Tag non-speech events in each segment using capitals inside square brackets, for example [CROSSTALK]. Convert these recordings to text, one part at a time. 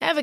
Ever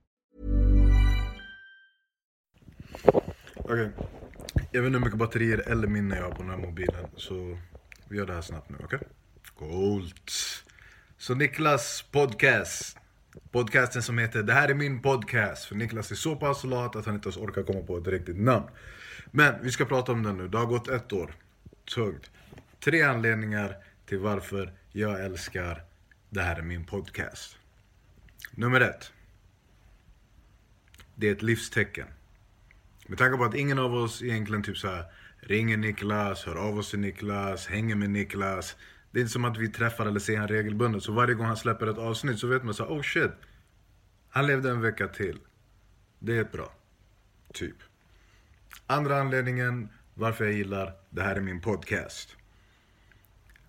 Okej. Jag vet inte hur mycket batterier eller minne jag har på den här mobilen. Så vi gör det här snabbt nu, okej? Coolt. Så Niklas podcast. Podcasten som heter Det här är min podcast. För Niklas är så pass lat att han inte ens orkar komma på ett riktigt namn. Men vi ska prata om den nu. Det har gått ett år. Tungt. Tre anledningar till varför jag älskar Det här är min podcast. Nummer ett. Det är ett livstecken. Med tanke på att ingen av oss egentligen typ så här ringer Niklas, hör av oss till Niklas, hänger med Niklas. Det är inte som att vi träffar eller ser han regelbundet. Så varje gång han släpper ett avsnitt så vet man så här, oh shit. Han levde en vecka till. Det är bra. Typ. Andra anledningen varför jag gillar det här är min podcast.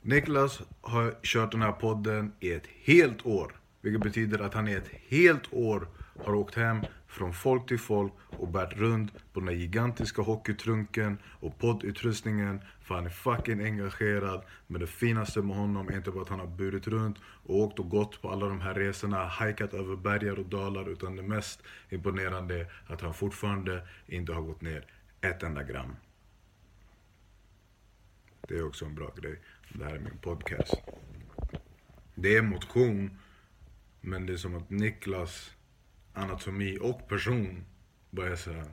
Niklas har kört den här podden i ett helt år. Vilket betyder att han i ett helt år har åkt hem från folk till folk och bärt runt på den här gigantiska hockeytrunken och poddutrustningen. För han är fucking engagerad. Men det finaste med honom är inte bara att han har burit runt och åkt och gått på alla de här resorna, hajkat över bergar och dalar. Utan det mest imponerande är att han fortfarande inte har gått ner ett enda gram. Det är också en bra grej. Det här är min podcast. Det är motion, men det är som att Niklas anatomi och person börjar säga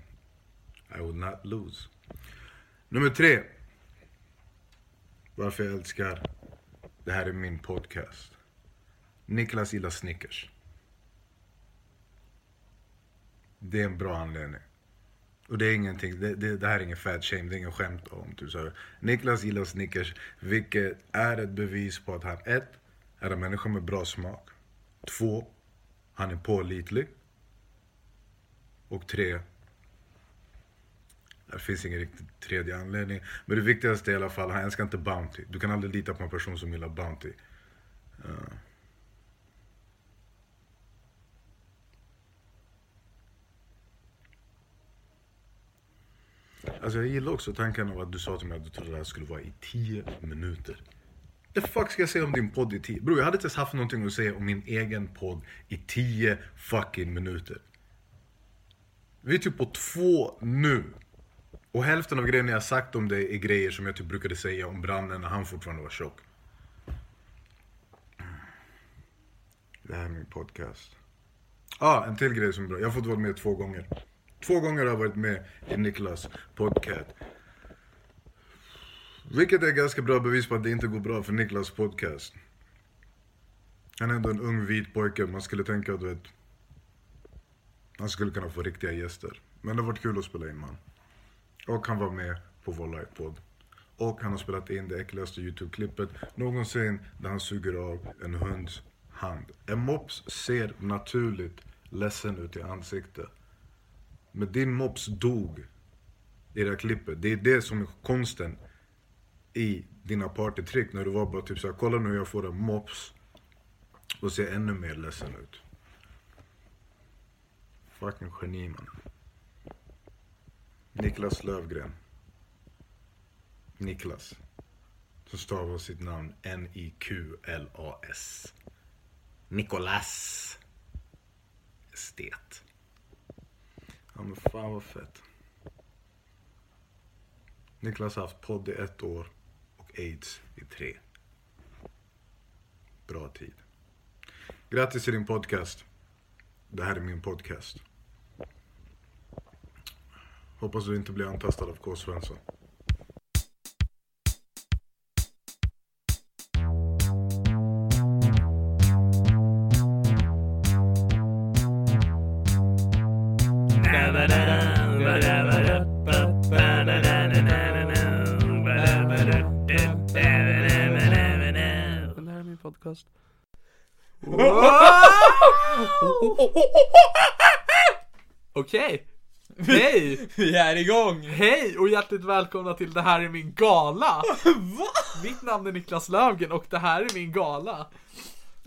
I would not lose. Nummer tre. Varför jag älskar det här är min podcast. Niklas gillar Snickers. Det är en bra anledning. Och det är ingenting, det, det, det här är ingen fat shame, det är ingen skämt om. Typ, så här. Niklas gillar Snickers, vilket är ett bevis på att han ett, är en människa med bra smak. Två, han är pålitlig. Och tre, det finns ingen riktigt tredje anledning. Men det viktigaste i alla fall, han älskar inte Bounty. Du kan aldrig lita på en person som gillar Bounty. Ja. Alltså jag gillar också tanken av att du sa till mig att du trodde det här skulle vara i 10 minuter. The fuck ska jag säga om din podd i 10? Bror jag hade inte ens haft någonting att säga om min egen podd i 10 fucking minuter. Vi är typ på två nu. Och hälften av grejerna jag sagt om dig är grejer som jag typ brukade säga om branden när han fortfarande var tjock. Det här är min podcast. ah, en till grej som är bra. Jag har fått vara med två gånger. Två gånger har jag varit med i Niklas podcast. Vilket är ganska bra bevis på att det inte går bra för Niklas podcast. Han är ändå en ung vit pojke. Man skulle tänka att du vet, han skulle kunna få riktiga gäster. Men det har varit kul att spela in man. Och han var med på vår livepodd. Och han har spelat in det äckligaste YouTube-klippet någonsin där han suger av en hunds hand. En mops ser naturligt ledsen ut i ansiktet. Men din mops dog i det här klippet. Det är det som är konsten i dina partytrick. När du var bara typ såhär, kolla nu jag får en mops och ser ännu mer ledsen ut. Fucking geni man. Niklas Lövgren. Niklas. Som stavar sitt namn N-I-Q-L-A-S. Nikolas. Estet. Ja men fan vad fett. Niklas har haft podd i ett år och aids i tre. Bra tid. Grattis till din podcast. Det här är min podcast. Hoppas du inte blir antastad av K. Svensson. Den här är min podcast. Okej. Hej! Vi är igång! Hej och hjärtligt välkomna till Det här är min gala! Mitt namn är Niklas Löfgren och det här är min gala.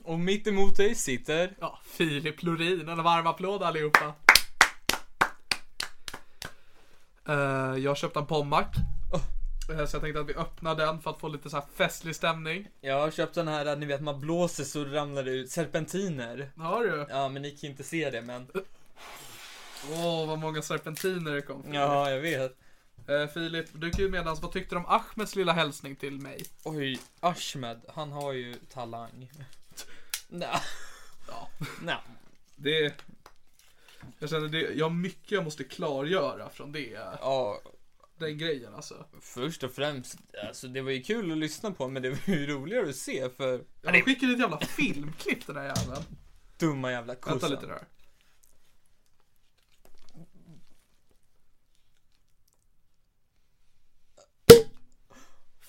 Och mitt emot dig sitter... Ja, Filip Lorin. En varm applåd allihopa. Eh, jag köpte en pommack. Oh. Eh, så jag tänkte att vi öppnar den för att få lite så här festlig stämning. Jag har köpt den här, ni vet man blåser så ramlar det ut serpentiner. Har du? Ja, men ni kan inte se det men... [CLEARS THROAT] Åh, vad många serpentiner det kom. Ja, jag vet. Eh, Filip, du kan ju medans, vad tyckte du om Ahmeds lilla hälsning till mig? Oj, Ashmed, han har ju [CLEARS THROAT] talang. Nja. Ja. Nja. Det... Jag känner det, jag har mycket jag måste klargöra från det, Ja, den grejen alltså. först och främst, alltså det var ju kul att lyssna på men det var ju roligare att se för... Jag skickade ett jävla filmklipp den där jäveln. Dumma jävla kossan. Vänta lite där.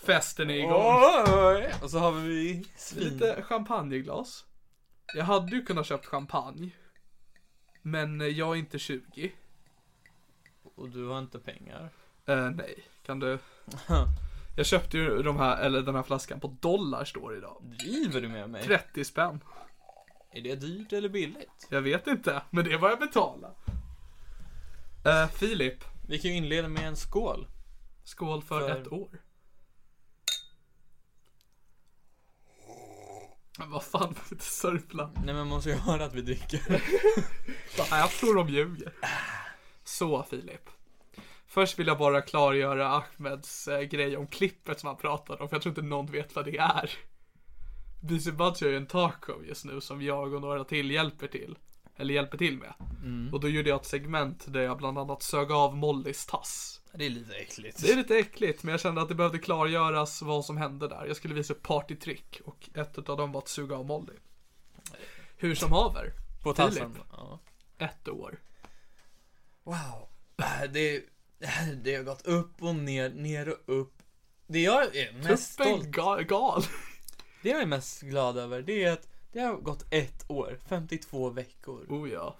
Festen är igång. Oj! Och så har vi svin. Lite champagneglas. Jag hade ju kunnat köpt champagne. Men eh, jag är inte 20. Och du har inte pengar. Eh, nej, kan du? Jag köpte ju de här, eller den här flaskan på dollar står det idag. Driver du med mig? 30 spänn. Är det dyrt eller billigt? Jag vet inte, men det var jag betalade. Eh, Filip, Vi kan ju inleda med en skål. skål för, För- ett år. Men vad fan, [LAUGHS] får inte sörpla. Nej men man måste ju [LAUGHS] höra att vi dricker. Nej, jag tror de ljuger. Så Filip. Först vill jag bara klargöra Ahmeds eh, grej om klippet som han pratade om, för jag tror inte någon vet vad det är. Busy Buds gör ju en talkshow just nu som jag och några till hjälper till. Eller hjälper till med. Och då gjorde jag ett segment där jag bland annat sög av Mollys tass. Det är lite äckligt. Det är lite äckligt, men jag kände att det behövde klargöras vad som hände där. Jag skulle visa upp partytrick och ett av dem var att suga av Molly. Hur som haver. på Filip. tassen. Ja. Ett år. Wow. Äh, Det, det har gått upp och ner, ner och upp. Det jag är mest Tuppen stolt, gal. gal. [LAUGHS] det jag är mest glad över, det är att det har gått ett år, 52 veckor. Oh ja,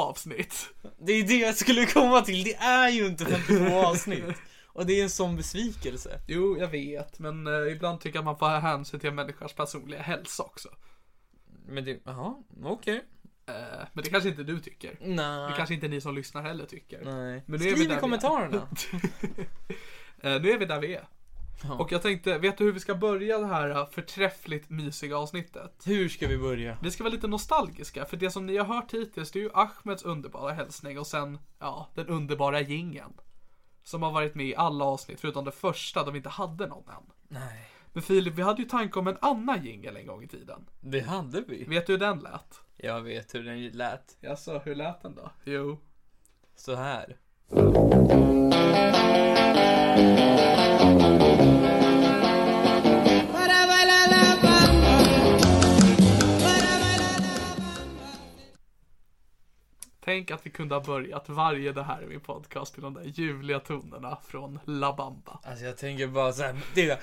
[LAUGHS] avsnitt. Det är det jag skulle komma till, det är ju inte [LAUGHS] 52 avsnitt. Och det är en sån besvikelse. Jo, jag vet, men eh, ibland tycker jag att man får ha hänsyn till en människas personliga hälsa också. Men det, jaha, okej. Eh, men det kanske inte du tycker. Det Nej. kanske inte ni som lyssnar heller tycker. Nej. Men nu är vi Skriv där i vi kommentarerna. [LAUGHS] Eh, nu är vi där vi är. Och jag tänkte, vet du hur vi ska börja det här eh, förträffligt mysiga avsnittet? Hur ska vi börja? Vi ska vara lite nostalgiska, för det som ni har hört hittills det är ju Ahmeds underbara hälsning och sen, ja, den underbara gingen. Som har varit med i alla avsnitt förutom det första där vi inte hade någon än. Nej. Men Filip, vi hade ju tanke om en annan jingel en gång i tiden. Det hade vi. Vet du hur den lät? Jag vet hur den lät. Jaså, hur lät den då? Jo. Så här. Tänk att vi kunde ha börjat varje det här i min podcast till de där ljuvliga tonerna från La Bamba. Alltså jag tänker bara såhär, det är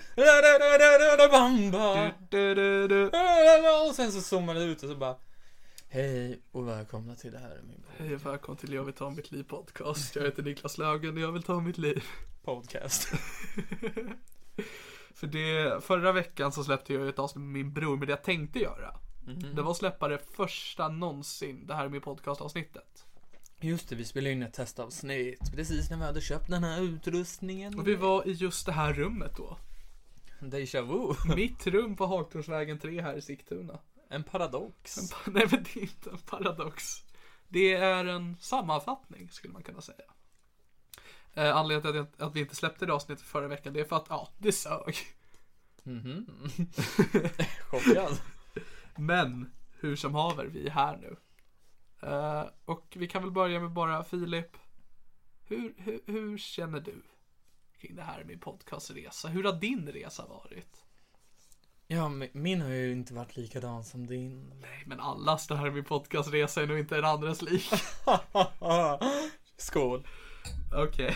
[LAUGHS] ra-ra-ra-ra-ra-bamba, Du, du, du. ra-ra-ra, och sen så zoomar det ut och så bara Hej och välkomna till det här är min Hej och välkommen till Jag vill ta mitt liv podcast. Jag heter Niklas Löfgren och jag vill ta mitt liv. podcast. [LAUGHS] För det, förra veckan så släppte jag ju ett avsnitt med min bror, men det jag tänkte göra, det var att släppa det första någonsin, det här är min podcast avsnittet. Just det, vi spelade in ett testavsnitt precis när vi hade köpt den här utrustningen. Och vi var i just det här rummet då. Deja vu. Mitt rum på Hagtornsvägen 3 här i Sigtuna. [LAUGHS] En paradox. En pa- Nej men det är inte en paradox. Det är en sammanfattning skulle man kunna säga. Eh, anledningen till att, jag- att vi inte släppte det avsnittet förra veckan det är för att ja, det sög. Chockad. Men hur som haver, vi är här nu. Eh, och vi kan väl börja med bara Filip. Hur, hur, hur känner du kring det här med podcastresa? Hur har din resa varit? Ja, men min har ju inte varit likadan som din. Nej men allas det här med podcastresa är nog inte en andres [LAUGHS] lik. [LAUGHS] Skål. Okej.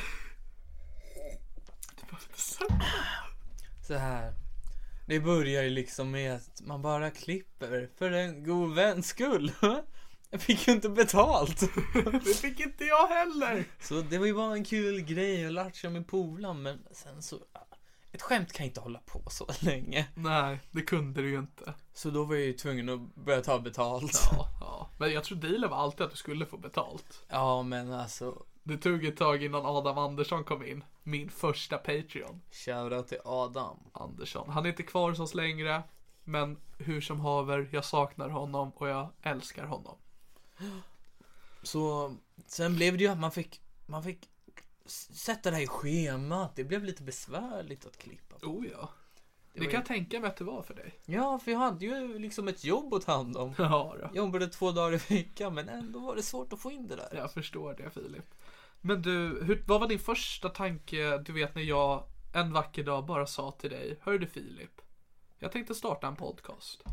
Det var lite så- Så här. Det börjar ju liksom med att man bara klipper för en god väns skull. [LAUGHS] Jag fick ju inte [LAUGHS] betalt. Det fick inte jag heller! Så det var ju bara en kul grej att latcha med polaren men sen så... Ett skämt kan inte hålla på så [LAUGHS] länge. Nej, det kunde du ju inte. Så då var jag ju tvungen att börja ta betalt. Ja, ja. Men jag tror dealen var alltid att du skulle få betalt. [LAUGHS] Ja men alltså, Det tog ett tag innan Adam Andersson kom in. Min första Patreon. shoutout till Adam. Andersson. Han är inte kvar hos oss längre. Men hur som haver, jag saknar honom och jag älskar honom. Så sen blev det ju att man fick, man fick s- sätta det här i schemat. Det blev lite besvärligt att klippa. Oh ja. Det, var kan ju- jag tänka mig att det var för dig. Ja, för jag hade ju liksom ett jobb att ta hand om. [LAUGHS] Ja, då. Jag jobbade två dagar i veckan men ändå var det svårt att få in det där. Jag förstår det Filip. Men du, hur, vad var din första tanke, du vet när jag en vacker dag bara sa till dig, Hör du Filip, jag tänkte starta en podcast.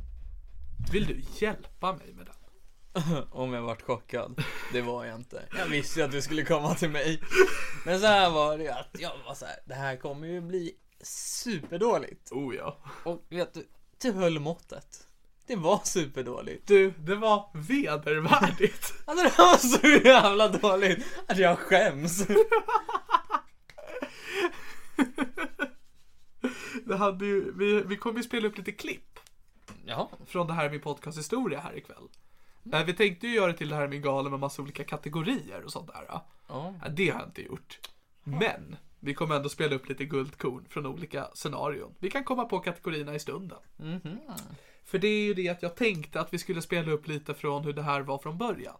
Vill du hjälpa mig med den? Om jag vart chockad. Det var jag inte. Jag visste ju att du skulle komma till mig. Men så här var det ju att jag var så här. Det här kommer ju bli superdåligt. Oh ja. Och vet du, det höll måttet. Det var superdåligt. Du, det var vedervärdigt. [LAUGHS] Alltså det var så jävla dåligt att jag skäms. Det hade ju, vi, vi kommer ju spela upp lite klipp Jaha. från det här med podcasthistoria här ikväll. Eh, Vi tänkte ju göra till det här med galen med massa olika kategorier och sånt där. ja. Ja. Ja, Det har jag inte gjort. Men vi kommer ändå spela upp lite guldkorn från olika scenarion. Vi kan komma på kategorierna i stunden. För det är ju det att jag tänkte att vi skulle spela upp lite från hur det här var från början.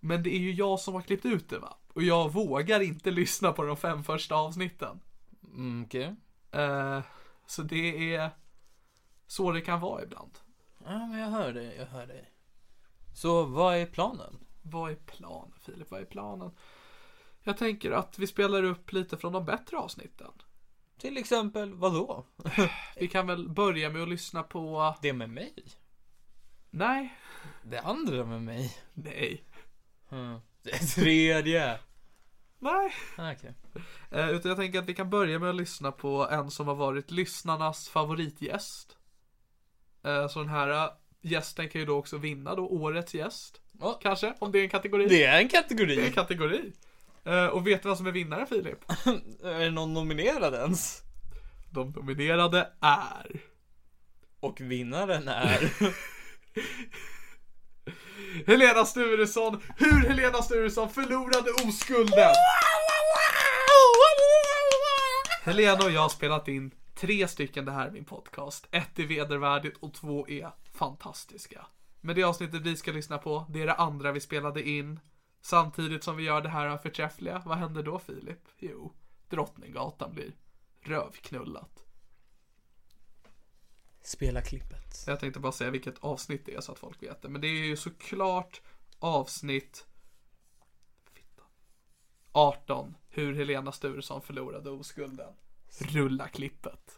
Men det är ju jag som har klippt ut det va? Och jag vågar inte lyssna på de fem första avsnitten. Mm, okej. Eh, så det är så det kan vara ibland. Ja men jag hör dig, jag hör dig. Så vad är planen? Vad är planen Filip? Vad är planen? Jag tänker att vi spelar upp lite från de bättre avsnitten. Till exempel vad då? Vi kan väl börja med att lyssna på... Det med mig? Nej. Det andra med mig? Nej. Mm. Det tredje? Nej. Ah, Okej. Eh, utan jag tänker att vi kan börja med att lyssna på en som har varit lyssnarnas favoritgäst. Eh, så den här eh, gästen kan ju då också vinna då årets gäst. Ja. Kanske, om det är en kategori. Det är en Det är en kategori. kategori. Eh, och vet du vad som är vinnare Filip? är det någon nominerad ens? De nominerade är... Och vinnaren är... Helena Sturesson, hur Helena Sturesson förlorade oskulden. Helena och jag har spelat in tre stycken det här är min podcast. Ett är vedervärdigt och två är fantastiska. Men det avsnittet vi ska lyssna på, det är det andra vi spelade in. Samtidigt som vi gör det här förträffliga, vad händer då Filip? Jo, Drottninggatan blir rövknullat. Spela klippet. Jag tänkte bara säga vilket avsnitt det är så att folk vet det. Men det är ju såklart avsnitt Fitta. 18. Hur Helena Sturesson förlorade oskulden. Rulla klippet.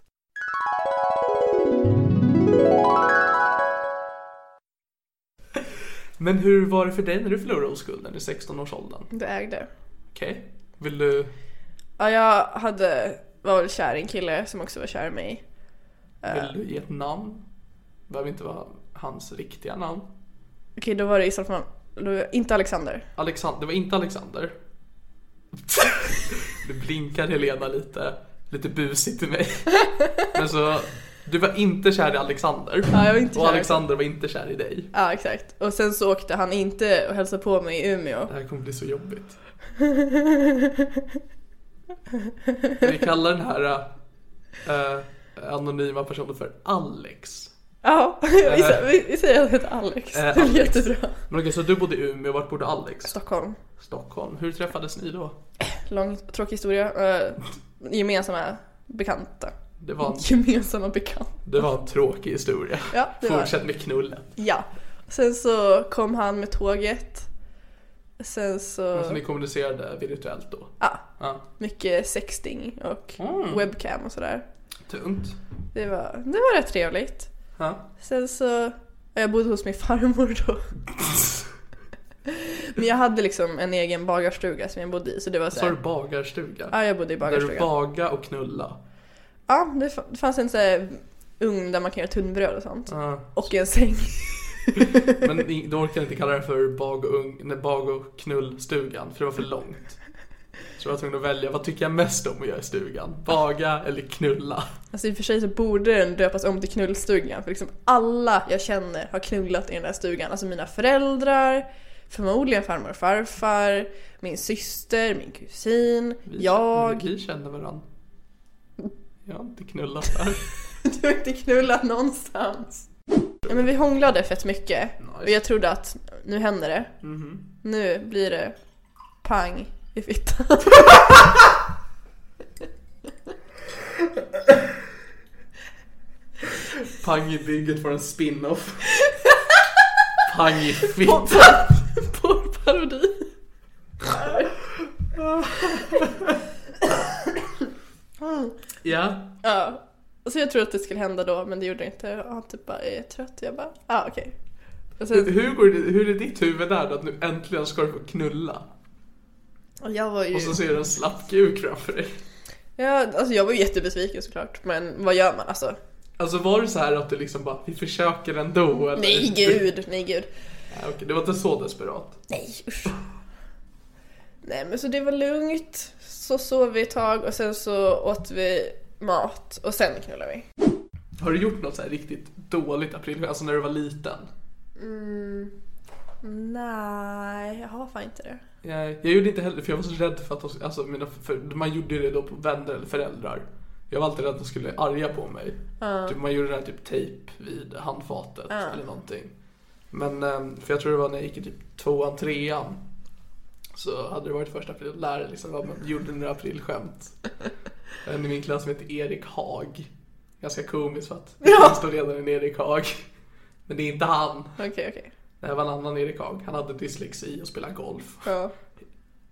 Men hur var det för dig när du förlorade oskulden i 16-årsåldern? Det ägde. Okej. Vill du... Ja, jag hade, var väl kär i en kille som också var kär i mig. Vill du ge ett namn? Det behöver inte vara hans riktiga namn. Okej, då var det i så fall då- inte Alexander. Alexander, det var inte Alexander. [LAUGHS] Du blinkar Helena lite, lite busigt till mig. Men så Du var inte kär i Alexander. Ja, jag var inte och kär i- Alexander var inte kär i dig. Ja exakt. Och sen så åkte han inte och hälsade på mig i Umeå. [LAUGHS] Det här kommer bli så jobbigt. Vi kallar den här eh, anonyma personen för Alex. Ja, vi, sa- vi, vi säger att han heter Alex. Eh, det är Alex. jättebra. Men okej, så du bodde i Umeå, vart bodde Alex? Stockholm. Stockholm. Hur träffades ni då? Lång tråkig historia. Eh, gemensamma bekanta. Det var en, Gemensamma bekanta. det var en tråkig historia. Ja, det var det. Fortsätt med knullen. Ja. Sen så kom han med tåget. Sen så, Så Alltså, ni kommunicerade virtuellt då? ja, Ja. mycket sexting och Mm. webcam och sådär. Tunt. Det var, det var rätt trevligt. Ja. Sen så, ja, jag bodde hos min [LAUGHS] farmor då. Men jag hade liksom en egen bagarstuga som jag bodde i så det var Så har du såhär, bagarstuga? ja jag bodde i Där du bagarstugan. baga och knulla. Ja, det fa- det fanns en sån här ugn där man kan göra tunnbröd och sånt. Ja. Och en säng. Men ni- du orkar inte kalla det för bag och, ung, nej, bag och knullstugan, för det var för långt. Så jag var tvungen att välja, vad tycker jag mest om att göra i stugan? Baga eller knulla? Alltså i och för sig så borde den döpas om till knullstugan för liksom alla jag känner har knullat i den där stugan. Alltså mina föräldrar, förmodligen farmor och farfar, min syster, min kusin, Vi, jag. Vi känner varandra. Jag har inte knullat här. [LAUGHS] Du har inte knullat någonstans. Ja, men vi hånglade fett mycket och jag trodde att nu händer det. Nu blir det pang i fittan. [LAUGHS] Pang i bygget får en spin-off. Pang i fittan. Porrparodi. Ja. Ja. Så jag trodde att det skulle hända då men det gjorde det inte. Och han typ bara, är jag trött? Jag bara, ja ah, okej. Typ. Och sen- Hur, går det, hur är ditt huvud där då, att nu äntligen ska du få knulla? Och Jag var ju, Och så ser du en slapp kuk framför dig. ja, alltså jag var ju jättebesviken såklart, men vad gör man alltså? Alltså var det så här att du liksom bara, vi försöker ändå eller? Nej gud, nej gud. [LAUGHS] Ja, okej, det var inte så desperat. Nej usch. Nej men så det var lugnt, så sov vi ett tag och sen så åt vi mat och sen knullade vi. Har du gjort något så här riktigt dåligt aprilskämt, alltså när du var liten? Mm, Nej, jag har fan inte det. Jag, jag gjorde inte heller för jag var så rädd för att de sk- alltså, mina, för man gjorde ju det då på vänner eller föräldrar. Jag var alltid rädd att de skulle bli arga på mig. Typ, man gjorde den här typ tejp vid handfatet eller någonting. Men ehm, för jag tror det var när jag gick i typ tvåan, trean. Så hade det varit första april, lärare liksom vad man gjorde några aprilskämt. En i min klass som heter Erik Haag. Ganska komiskt för att Ja. det står ledaren Erik Haag. Men det är inte han. Okej okej. Det här var en annan Erik Haag. Han hade dyslexi och spelade golf. Ja.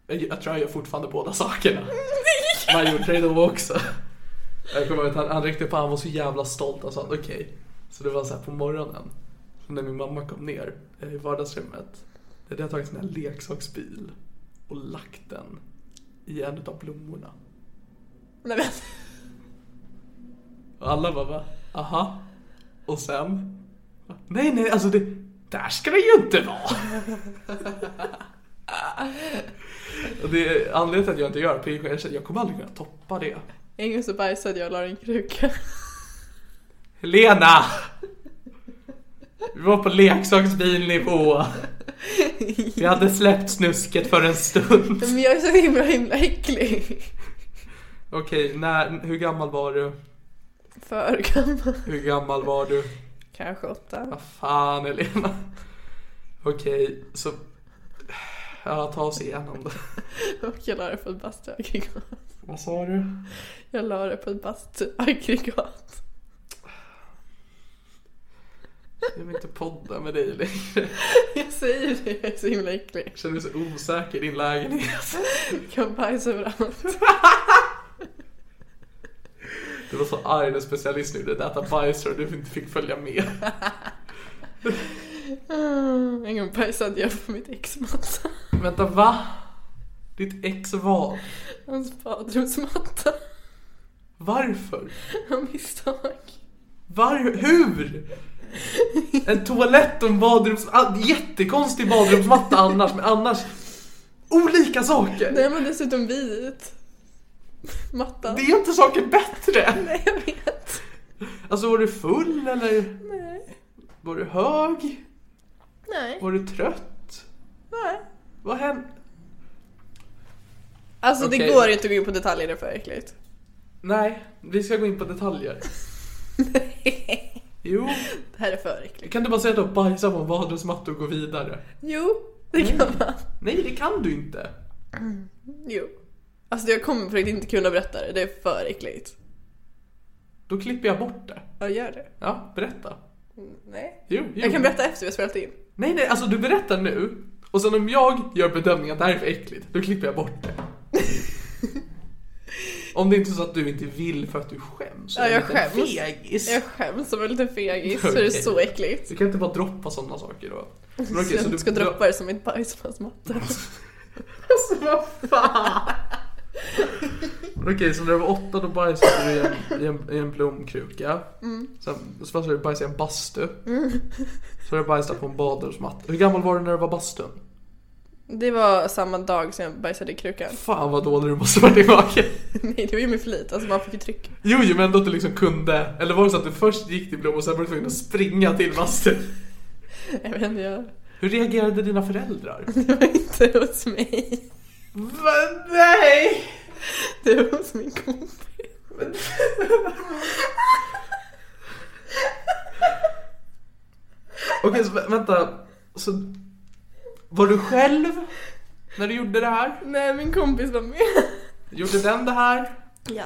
Jag, jag tror jag gör fortfarande båda sakerna. Men jag gjorde det då också. Jag kommer ihåg att han, han räckte på, han var så jävla stolt. Han sa okej. Så det var så här på morgonen. Så när min mamma kom ner eh, i vardagsrummet. Där hade jag tagit en sån här leksaksbil och lagt den i en av blommorna. Nej men. Och alla bara, va? aha. Och sen? Nej, nej, alltså det... Där ska det ju inte vara! [LAUGHS] och det är anledningen till att jag inte gör aprilskämt, jag känner, jag kommer aldrig kunna toppa det. En gång så bajsade jag och la det i en kruka. Helena! Vi var på leksaksbilnivå. Vi hade släppt snusket för en stund. Men jag är så himla himla äcklig. Okej, när, hur gammal var du? För gammal. Hur gammal var du? Kanske åtta. Vad fan Elena. Okej, så... Ja, ta oss igenom det. Och jag la det på ett bastuaggregat. Vad sa du? Jag la det på ett bastuaggregat. Jag vill inte podda med dig längre. [LAUGHS] Jag säger det, jag är så himla äcklig. Jag känner mig så osäker i din lägenhet. Jag kan [LAUGHS] bajs överallt. Du var så arg när specialisten gjorde det äta bajs och du inte fick följa med. Mm, En gång bajsade jag på mitt ex matta. Vänta, va? Ditt ex var? Hans badrumsmatta. Varför? Av misstag. Var? Hur? En toalett och en badrums... ah, Jättekonstig badrumsmatta annars, men annars... Olika saker! Nej men dessutom vit. Matta. Det är inte saker bättre! Nej jag vet. Alltså var du full eller? Nej. Var du hög? Nej. Var du trött? Nej. Vad hände? Alltså Okej. det går ju inte att gå in på detaljer, det är för äckligt. [LAUGHS] Nej, vi ska gå in på detaljer. Jo, det här är för äckligt. kan du bara säga att du har bajsat på en badrumsmatta och gå vidare? Jo, det Mm. kan man. Nej, det kan du inte. Jo. Alltså jag kommer faktiskt inte kunna berätta det, det är för äckligt. Då klipper jag bort det. Jag gör det. Ja, berätta. Nej. Jo, jo. Jag kan berätta efter vi har spelat in. Nej, nej, alltså du berättar nu. Och sen om jag gör bedömningen att det här är för äckligt, då klipper jag bort det. om det inte är så att du inte vill för att du skäms. Ja, Du är jag en liten skäms. Fegis. [LAUGHS] Jag skäms som en liten fegis för det är Okej. så äckligt. Du kan inte bara droppa sådana saker då. Men okej, så jag du- inte ska du- droppa det som mitt bajs på hans matta. [LAUGHS] Alltså vad fan! Men Okej, så när du var åtta då bajsade du i en, i en, i en blomkruka. Sen så passade du bajsa i en bastu. Så har du bajsat på en badrumsmatta. Hur gammal var du när du var i bastun? Det var samma dag som jag bajsade i krukan. [LAUGHS] Fan vad dålig du måste vara tillbaka. Nej, det var ju med flit. Alltså man fick ju tryck. Jo, jo, men ändå att du liksom kunde. Eller var det så att du först gick till blom och sen var du tvungen att springa till bastun? Jag vet inte, jag... Hur reagerade dina föräldrar? Det var inte hos mig. Va, nej! Det var hos min kompis. Okej, så vä- vänta. Så, var du själv när du gjorde det här? Nej, min kompis var med. Gjorde den det här? Ja.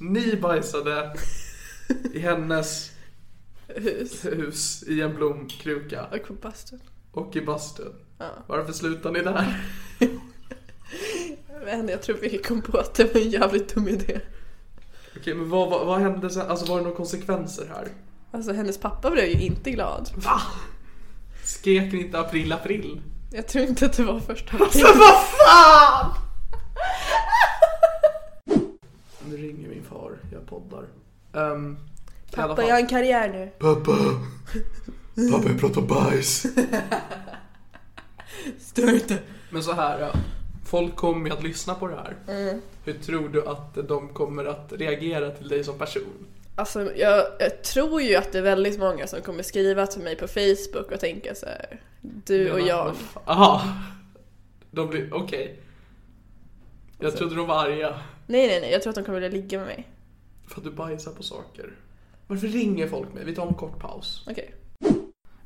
Ni bajsade i hennes Hus. hus i en blomkruka Och på bastun. och i bastun. Ja. Varför slutar ni där? Men jag tror vi kom på att det var en jävligt dum idé. Okej, men vad, vad, vad hände sen? Alltså var det några konsekvenser här? Alltså hennes pappa blev ju inte glad. Va? Skrek ni inte april april? Jag tror inte att det var första Så vad fan! Nu ringer min far, jag poddar. Ehm, i alla Pappa, fall. jag har en karriär nu. Pappa! Pappa, jag pratar bajs. [LAUGHS] Stör inte. Men så här, ja. folk kommer ju att lyssna på det här. Mm. Hur tror du att de kommer att reagera till dig som person? Alltså jag, jag tror ju att det är väldigt många som kommer skriva till mig på Facebook och tänka så här. Du och Menar- jag. Aha. De blir, okej. Alltså. Jag trodde de var arga Nej nej nej, jag tror att de kommer vilja ligga med mig. för att du bajsar på saker. Varför ringer folk mig? Vi tar en kort paus. Okej.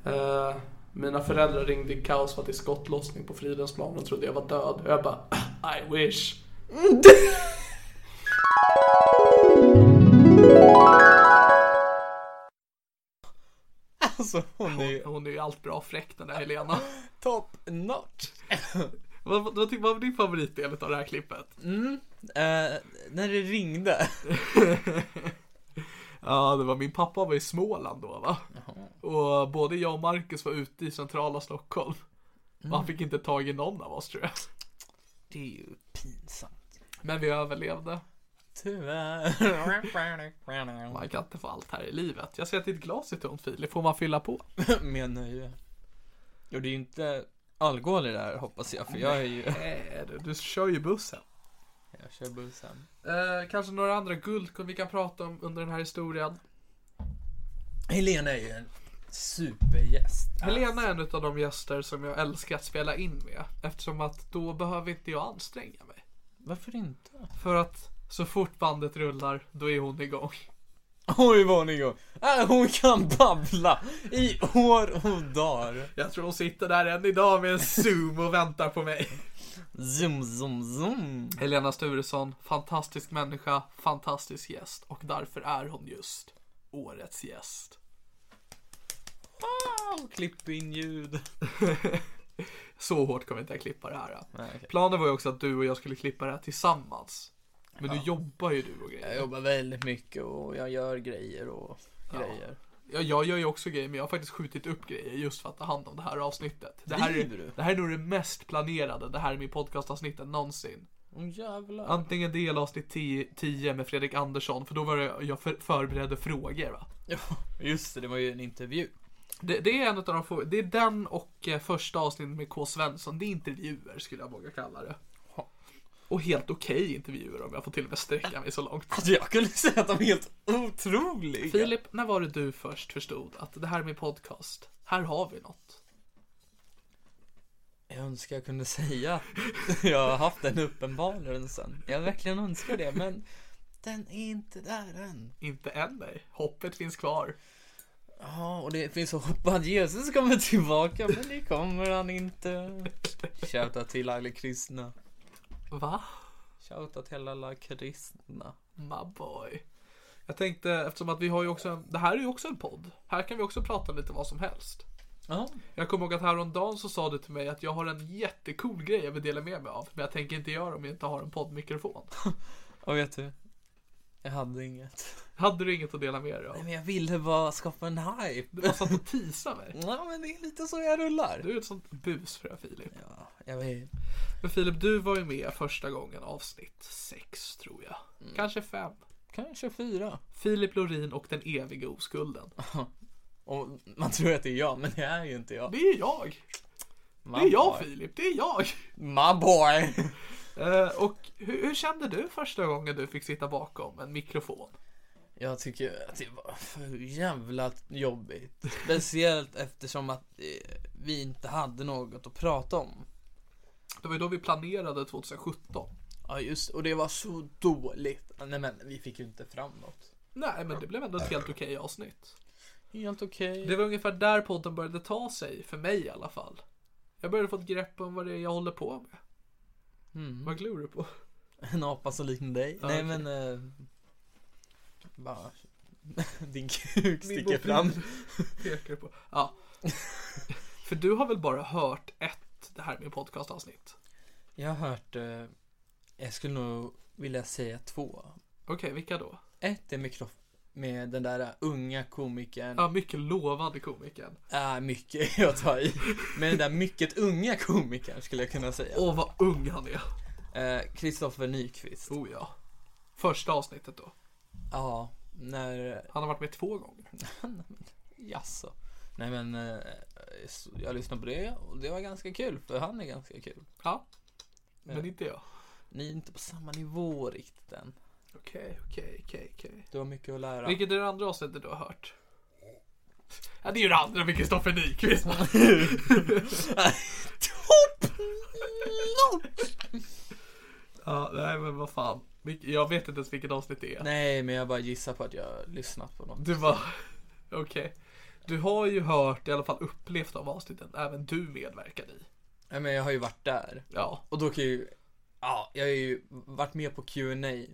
Eh, mina föräldrar ringde i kaos för att det är skottlossning på Fridhemsplan. De trodde jag var död. Och jag bara, [CLEARS THROAT] I wish. Alltså hon är ju Hon är ju allt bra fräck den där Helena. [LAUGHS] top notch. vad, vad, vad var din favoritdel av det här klippet? Mm. Eh, när det ringde. Ja, det var min pappa var i Småland då va? Och både jag och Marcus var ute i centrala Stockholm. Och Mm. han fick inte tag i någon av oss tror jag. Det är ju pinsamt. Men vi överlevde. Tyvärr. Man kan inte få allt här i livet. Jag ser att ditt glas är tomt Filip, får man fylla på? Med nöje. Jo, det är ju inte alkohol i det här hoppas jag, för jag är ju... Nej du, du kör ju bussen. Jag kör bussen. Eh, kanske några andra guldkorn vi kan prata om under den här historien. Helena är ju en supergäst. Helena är en av de gäster som jag älskar att spela in med. Eftersom att då behöver inte jag anstränga mig. Äh, Varför inte? För att så fort bandet rullar, då är hon igång. Oj, vad hon är igång. Äh, hon kan babbla i år och dagar. Jag tror hon sitter där än idag [LAUGHS] med en zoom och väntar på mig. Zoom, zoom, zoom. Helena Sturesson, fantastisk människa, fantastisk gäst och därför är hon just årets gäst. Wow, Ah, klipp in [LAUGHS] ljud. Så hårt kommer inte jag klippa det här. Nej, okej. Planen var ju också att du och jag skulle klippa det här tillsammans. Men du jobbar ju du och Jag grejer. jobbar väldigt mycket och jag gör grejer och grejer. Ja, jag gör ju också grejer men jag har faktiskt skjutit upp grejer just för att ta hand om det här avsnittet. Det här Driver du? är, det här är nog det mest planerade det här är min podcastavsnittet någonsin. Åh jävlar. Antingen delavsnitt 10 10 med Fredrik Andersson för då var det jag för, förberedde frågor va. Ja, just det, det var ju en intervju. Det, det är en utav de få, det är den och eh, första avsnittet med K. Svensson. Det är intervjuer skulle jag våga kalla det. och helt okej intervjuer om jag får till och med sträcka mig så långt. Alltså jag kunde säga att de är helt otroliga. Filip, när var det du först förstod att det här är min podcast? Här har vi något. Jag önskar jag kunde säga att jag har haft den uppenbarelsen. Jag verkligen önskar det, men den är inte där än. Inte än nej. Hoppet finns kvar. Ja, och det finns hopp att Jesus kommer tillbaka, men det kommer han inte. Shoutout till alla kristna. Va? Shoutout till alla kristna. My boy. Jag tänkte, eftersom att vi har ju också en, det här är ju också en podd. Här kan vi också prata lite vad som helst. Ja, Jag kommer ihåg att häromdagen så sa du till mig att jag har en jättecool grej jag vill dela med mig av. Men jag tänker inte göra om jag inte har en poddmikrofon. [LAUGHS] och vet du? Jag hade inget. Hade du inget att dela med dig Nej, av? men jag ville bara skapa en hype. Du bara satt och teasade mig. Ja, men det är lite så jag rullar. Du är ett sånt busfrö Filip. Ja, jag vet. Men Filip, du var ju med första gången avsnitt sex tror jag. Kanske fem. Kanske fyra. Filip Lorin och den eviga oskulden. Och man tror att det är jag, men det är ju inte jag. Det är jag! Det är jag Filip, det är jag! My boy! Eh, och hur, hur kände du första gången du fick sitta bakom en mikrofon? Jag tycker att det var för jävla jobbigt. Speciellt eftersom att eh, vi inte hade något att prata om. Det var ju då vi planerade 2017. Ja just och det var så dåligt. Nej men vi fick ju inte fram något. Nej, men det blev ändå ett helt okej avsnitt. Helt okej. Det var ungefär där podden började ta sig, för mig i alla fall. Jag började få ett grepp om vad det är jag håller på Mm. med. Vad glor du på? [LAUGHS] En apa som liknar dig. Nej okej. men... Eh, bara... [LAUGHS] Din kuk sticker bofin. fram. [LAUGHS] Pekar på. Ja. [LAUGHS] för du har väl bara hört ett det här med podcastavsnitt? Jag har hört... Eh, jag skulle nog vilja säga två. Okej, vilka då? Ett är med, kropp, med den där unga komikern. Ja, mycket lovande komikern. Ah, mycket [LAUGHS] jag tar i. Men den där mycket unga komikern skulle jag kunna säga. Åh, vad ung han är. Kristoffer Nyqvist. Oh ja. Första avsnittet då. Ja, när... [LAUGHS] Han har varit med två gånger. Jaså. Nej men, eh, så jag lyssnade på det och det var ganska kul för han är ganska kul. Ja. Men inte jag. Ni är inte på samma nivå riktigt än. Okej, okej, okej, okej. Du har mycket att lära. Vilket är det andra avsnittet du har hört? Ja, det är ju det andra med Kristoffer Nyqvist. [LAUGHS] Top notch! ja, nej men vad fan. Vilk- Jag vet inte ens vilket avsnitt det är. Nej men jag bara gissar på att jag har lyssnat på något. Du var... [LAUGHS] Okej. Du har ju hört, i alla fall upplevt av avsnitten, även du medverkade i. Nej men jag har ju varit där. Ja. Och då kan jag ju, ja, jag har ju varit med på Q&A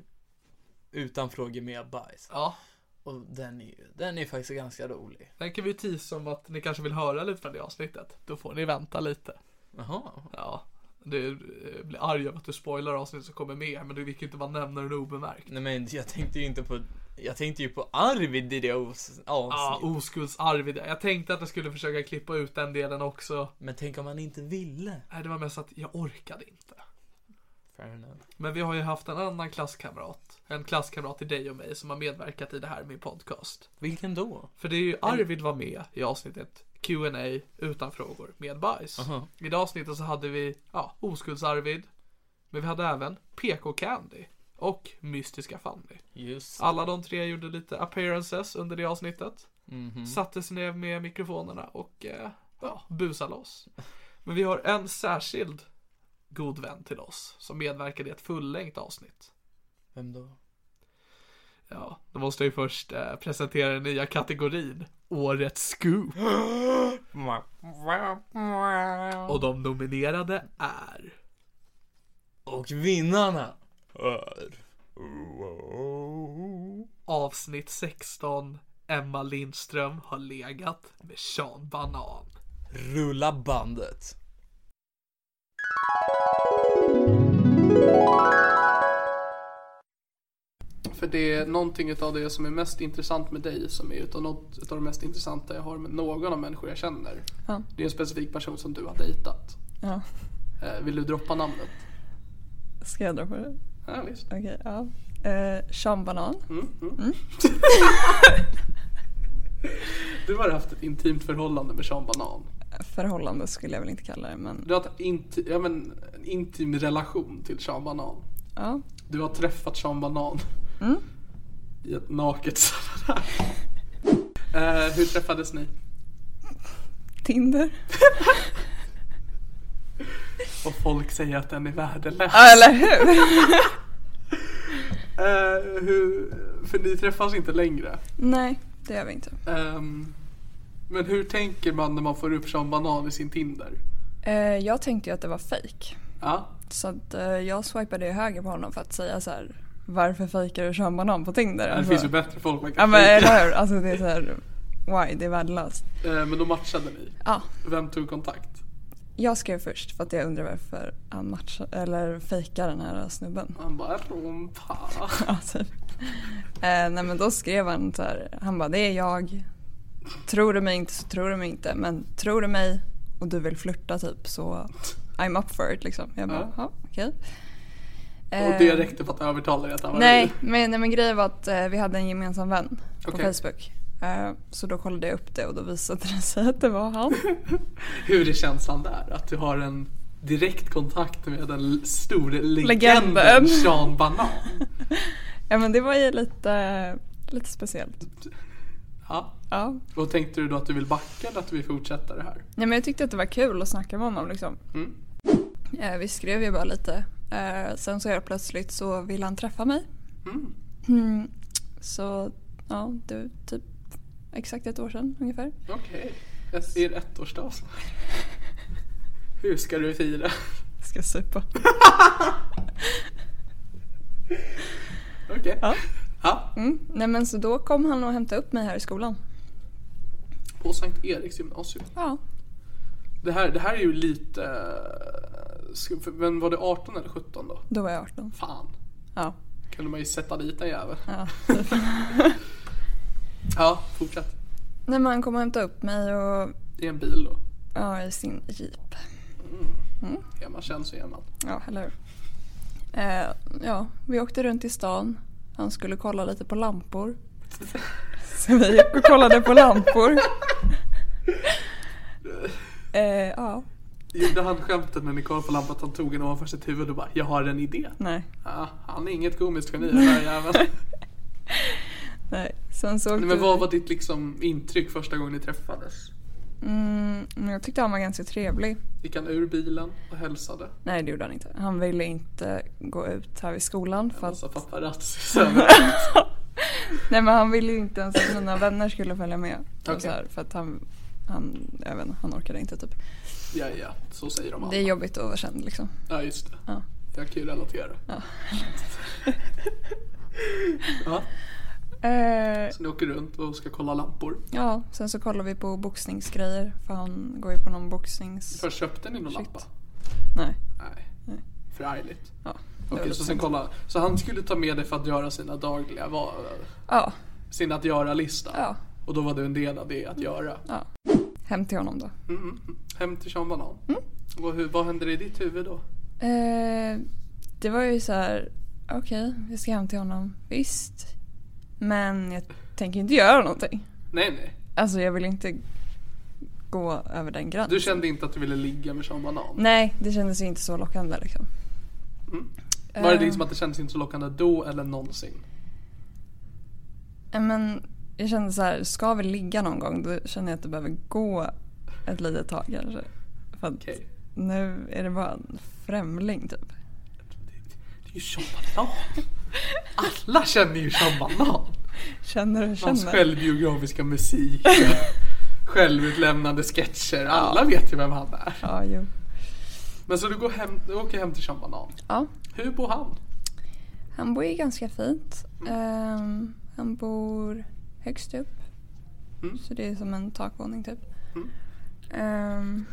Utan frågor med bajs. Ja. Och den är ju, den är faktiskt ganska rolig. Den kan vi ju teasa om att ni kanske vill höra lite från det avsnittet. Då får ni vänta lite. Jaha. Ja. Du eh, blir arg över att du spoilar avsnitt som kommer med, men du fick ju inte bara nämna den obemärkt. Nej men jag tänkte ju inte på, jag tänkte ju på Arvid i det avs- Ja, avsnittet. oskuldsarv i det. Jag tänkte att jag skulle försöka klippa ut den delen också. Men tänk om han inte ville. Nej, det var mest att jag orkade inte. Fair enough. Men vi har ju haft en annan klasskamrat. En klasskamrat till dig och mig som har medverkat i det här med podcast. Vilken då? För det är ju Arvid var med i avsnittet Q&A utan frågor med bajs. Aha. I det avsnittet så hade vi, ja, oskulds-Arvid. Men vi hade även PK Candy och Mystiska Fanny. Just. Alla de tre gjorde lite appearances under det avsnittet. Satte sig ner med mikrofonerna och eh, ja, busade loss. Men vi har en särskild god vän till oss som medverkade i ett fullängd avsnitt. Vem då? Ja, då måste jag ju först eh, presentera den nya kategorin Årets Scoop. Och de nominerade är Och vinnarna! avsnitt 16 Emma Lindström har legat med Sean Banan. Rulla bandet. För det är någonting utav det som är mest intressant med dig som är utav något utav det mest intressanta jag har med någon av människor jag känner. Ja. Det är en specifik person som du har dejtat. Ja. Eh, Vill du droppa namnet? Ska jag dra på det? Ja, visst. Okej, ja. Eh, Sean Banan. Du har haft ett intimt förhållande med Sean Banan. förhållande skulle jag väl inte kalla det men Du har haft inti- ja, men, en intim relation till Sean Banan. ja. Du har träffat Sean Banan. Mm. I ett naket sammanhang. Eh, hur träffades ni? Tinder. Och folk säger att den är värdelös. Ja eller hur? Eh, hur, för ni träffas inte längre. Nej, det gör vi inte. Ehm, men hur tänker man när man får upp Sean Banan i sin Tinder? Eh, jag tänkte ju att det var fejk. Ja, Så att, eh, jag swipade ju höger på honom för att säga så här. Varför fejkar du Sean Banan på Tinder? det finns ju bättre folk man Alltså- Ja kan men fejka. eller hur? Alltså det är så här, why? Det är värdelöst. Eh, men då matchade ni. Ja, Vem tog kontakt? jag skrev först för att jag undrar varför han matchar, eller fejkar den här snubben. [LAUGHS] Han bara rumpa. Ja, typ. eh, nej men då skrev han så här, han bara det är jag. Tror du mig inte så tror du mig inte men tror du mig och du vill flirta typ så I'm up for it liksom. Jag bara, Ja. ja okej. Och det räckte för att övertala er att han var Eh. Nej, vi. men, nej, men grejen var att eh, vi hade en gemensam vän på Okej. Facebook. Eh, så då kollade jag upp det och då visade det sig att det var han. Hur är känslan där? Att du har en direkt kontakt med den stora legenden, Legenden. Sean Banan. ja men det var ju lite, lite speciellt. Ja. Ja. Och tänkte du då att du vill backa eller att du vill fortsätta det här? Nej men jag tyckte att det var kul att snacka med honom liksom. Mm. Eh, vi skrev ju bara lite. Eh, sen så helt plötsligt så ville han träffa mig. Mm. Mm. Så ja, det var typ exakt ett år sedan ungefär. Okej. Ett- Er ettårsdag snart. Hur ska du fira? Ska supa. Okej. Ja. Ja. Mm. Nej men så då kom han och hämtade upp mig här i skolan. På Sankt Eriks gymnasium. Ja. Det här, det här är ju lite... eh, skum- för- Men var det 18 eller 17 då? Då var jag 18. Fan. Ja. Kunde man ju sätta dit en jävel. ja. [LAUGHS] Ja, fortsätt. Nej men han kom och hämtade upp mig och I en bil då. ja, i sin jeep. Är man känd så är man. Ja, eller hur? eh, Ja, vi åkte runt i stan. Han skulle kolla lite på lampor. Så vi gick och kollade på lampor. Eh, ja, Gjorde han skämtet när ni kollade på lampan att han tog en ovanför sitt huvud och bara “Jag har en idé”? nej. Ja, han är inget komiskt geni den här [LAUGHS] jäveln. nej. Sen så åkte Nej, Men vad vi- var ditt liksom intryck första gången ni träffades? mm, men Jag tyckte han var ganska trevlig. Gick han ur bilen och hälsade? Nej, det gjorde han inte. Han ville inte gå ut här i skolan. För att, Massa paparazzi sen. [LAUGHS] nej, men han ville ju inte ens att mina vänner skulle följa med. Okej. Och Så här, för att han, han, jag vet inte, han orkade inte typ. Ja, ja, så säger de Det är alla. jobbigt att vara känd liksom. Ja, just det. Ja. Jag kan ju relatera. Ja. [LAUGHS] Ja, Eh, så ni åker runt och ska kolla lampor. ja, sen så kollar vi på boxningsgrejer för han går ju på någon boxnings... Först köpte ni någon Shit. lampa? Nej. Nej. Nej. Förargligt. Ja, det var Okej, lite så sen synd. kolla. Så han skulle ta med dig för att göra sina dagliga va- Ja, sin att göra-lista. ja, Och då var du en del av det att göra. ja. Hem till honom då. Mm, mm, mm. Hem till Sean Banan. Mm. Och hur, vad händer i ditt huvud då? Eh, det var ju så här, okej, vi ska hem till honom. Visst. Men jag tänker inte göra någonting. Nej, nej. Alltså jag vill inte gå över den gränsen. Du kände inte att du ville ligga med Sean Banan? Nej, det kändes ju inte så lockande liksom. Mm. Var det Eh, liksom att det kändes inte så lockande då eller någonsin? Ja, Eh, Men jag kände så här, ska vi ligga någon gång då känner jag att det behöver gå ett litet tag kanske. För att Okej. nu är det bara en främling typ. Det är ju Sean Banan. Alla känner ju Sean Banan. Känner och Hans känner. självbiografiska [LAUGHS] musik. Självutlämnande sketcher. Alla vet ju vem han är. Ja, jo. Men så du, går hem, du åker hem till Sean Banan. Ja, Hur bor han? han bor ju ganska fint. Ehm, han bor högst upp. Mm. Så det är som en takvåning typ. Mm. Ehm,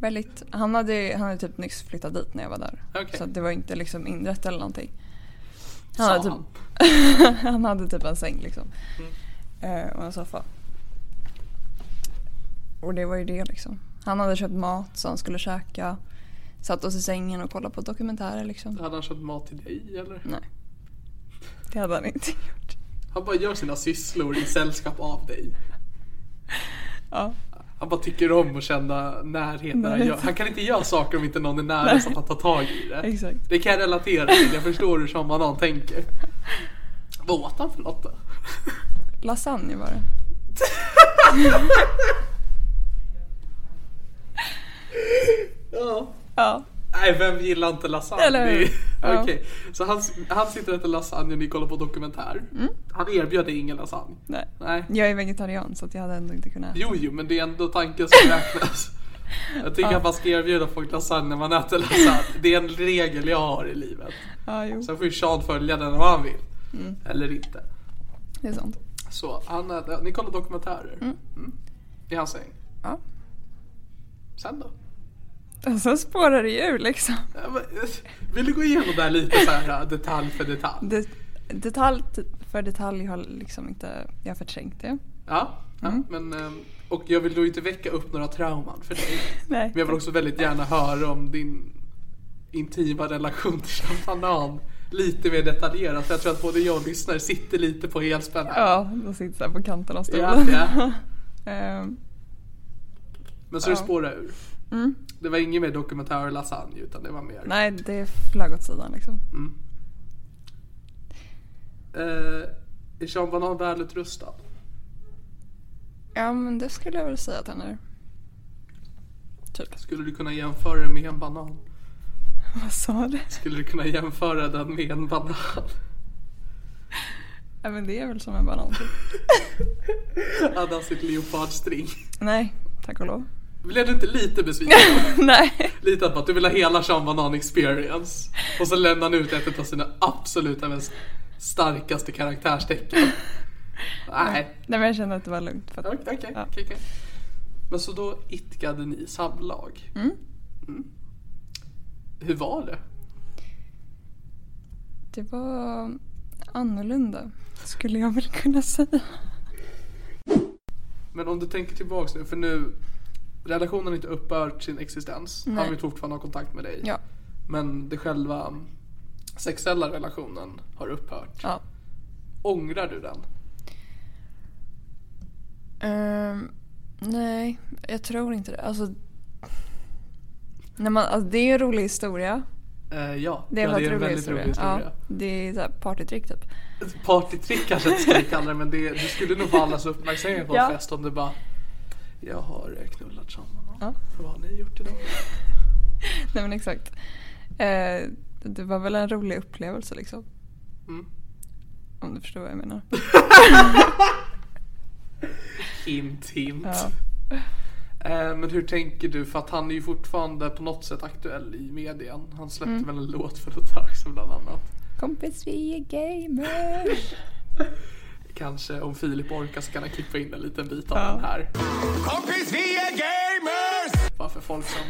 väldigt, han, hade, han hade typ nyss flyttat dit när jag var där. Okej. Så att det var inte liksom inrätt eller någonting. Han hade, Sa typ, [LAUGHS] han hade typ en säng liksom. Mm. Eh, och en soffa. Och det var ju det liksom. Han hade köpt mat så han skulle käka. Satt oss i sängen och kollade på dokumentärer liksom. Hade han köpt mat till dig eller? Nej. Det hade han inte [LAUGHS] gjort. Han bara gör sina sysslor i sällskap av dig. Ja. Han bara tycker om att känna närhet. Där han, gör. han kan inte göra saker om inte någon är nära så att han tar tag i det. Exakt. Det kan jag relatera till. Jag förstår hur Sean Banan tänker. Vad åt han för något då? Lasagne var det. [LAUGHS] Ja. Ja. Nej, vem gillar inte lasagne? [LAUGHS] Eller hur? Okej, Ja. så han, han sitter och äter lasagne och ni kollar på dokumentär. Mm. Han erbjöd dig ingen lasagne. Nej. Nej. Jag är vegetarian så att jag hade ändå inte kunnat äta. Jo, jo, men det är ändå tanken som [LAUGHS] räknas. Jag tycker att man ska erbjuda folk lasagne när man äter lasagne. Det är en regel jag har i livet. Ja, jo. Mm. Sen får ju Sean följa den om han vill. Eller inte. Det är sant. Så han äter, ni kollar dokumentärer. Mm. I hans säng. Ja. Sen då? Och sen spårar det ju ur liksom. Ja, men, eh, Vill du gå igenom det här lite så här eh, detalj för detalj? Det, detalj t- för detalj har liksom inte... Jag har förträngt det. Ja, ja Mm. men, ehm, och jag vill då inte väcka upp några trauman för dig. Nej. Men jag vill också väldigt gärna höra om din intima relation till Sean Banan lite mer detaljerat. För jag tror att både jag och lyssnare sitter lite på helspänn här. Ja, de sitter så här på kanten av Ja, stolen. ja. [LAUGHS] Ehm, Men så det spårar ur. Mm. Det var ingen mer dokumentär och lasagne utan det var mer. nej, det flög åt sidan liksom. Eh, är Sean Banan välutrustad? Ja, men det skulle jag väl säga att han är. Typ. Skulle du kunna jämföra det med en banan? [LAUGHS] Vad sa du? Skulle du kunna jämföra den med en banan? [LAUGHS] Ja, men det är väl som en banan. typ. Hade han sitt leopardstring? nej, tack och lov. Blev du inte lite besviken? [LAUGHS] nej. Lite att bara, du vill ha hela Sean Banan experience. Och så lämnar han ut ett av sina absoluta mest starkaste karaktärstecken. Nej, nej, men jag kände att det var lugnt. För att, okej, okej, Ja. okej, okej. Men så då itkade ni samlag. Mm. Hur var det? det var annorlunda, skulle jag väl kunna säga. Men om du tänker tillbaks nu, för nu relationen har inte upphört sin existens. Nej. Han vill fortfarande ha kontakt med dig. Ja, Men det själva sexuella relationen har upphört. ja. Ångrar du den? Ehm, nej, jag tror inte det. Alltså, när man, alltså, det är en rolig historia. Eh, ja, Det är, ja, en det är en väldigt rolig väldigt historia. rolig historia. Ja, det är så här partytrick typ. [LAUGHS] Ett Partytrick kanske jag inte skulle kalla det men det, du skulle nog få allas uppmärksamhet på en Ja. fest om du bara Jag har eh, knullat samman. Ja. Vad har ni gjort idag? Nej men exakt. Eh, det var väl en rolig upplevelse liksom. Mm. Om du förstår vad jag menar. Hint hint. Ja. [LAUGHS] Eh, men hur tänker du? För att han är ju fortfarande på något sätt aktuell i medien. Han släppte Mm. väl en låt för ett tag sedan bland annat. Kompis vi är gamers. Kanske om Filip orkar så kan han klippa in en liten bit av Ja. den här. Kompis vi är gamers! Bara för folk som,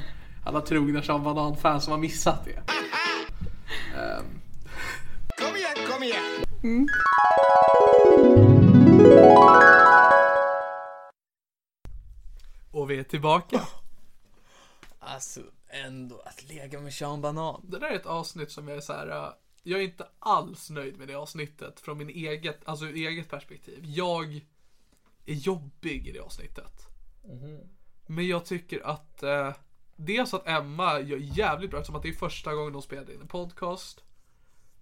alla trogna som Banan-fans som har missat [LAUGHS] det. Ehm, Mm. Och vi är tillbaka. Alltså, ändå att lägga med Sean Banan. Det där är ett avsnitt som jag är så här. eh, jag är inte alls nöjd med det avsnittet från min eget, alltså ur eget perspektiv. Jag är jobbig i det avsnittet. Men jag tycker att eh, dels att Emma gör jävligt bra eftersom att det är första gången hon spelade in en podcast.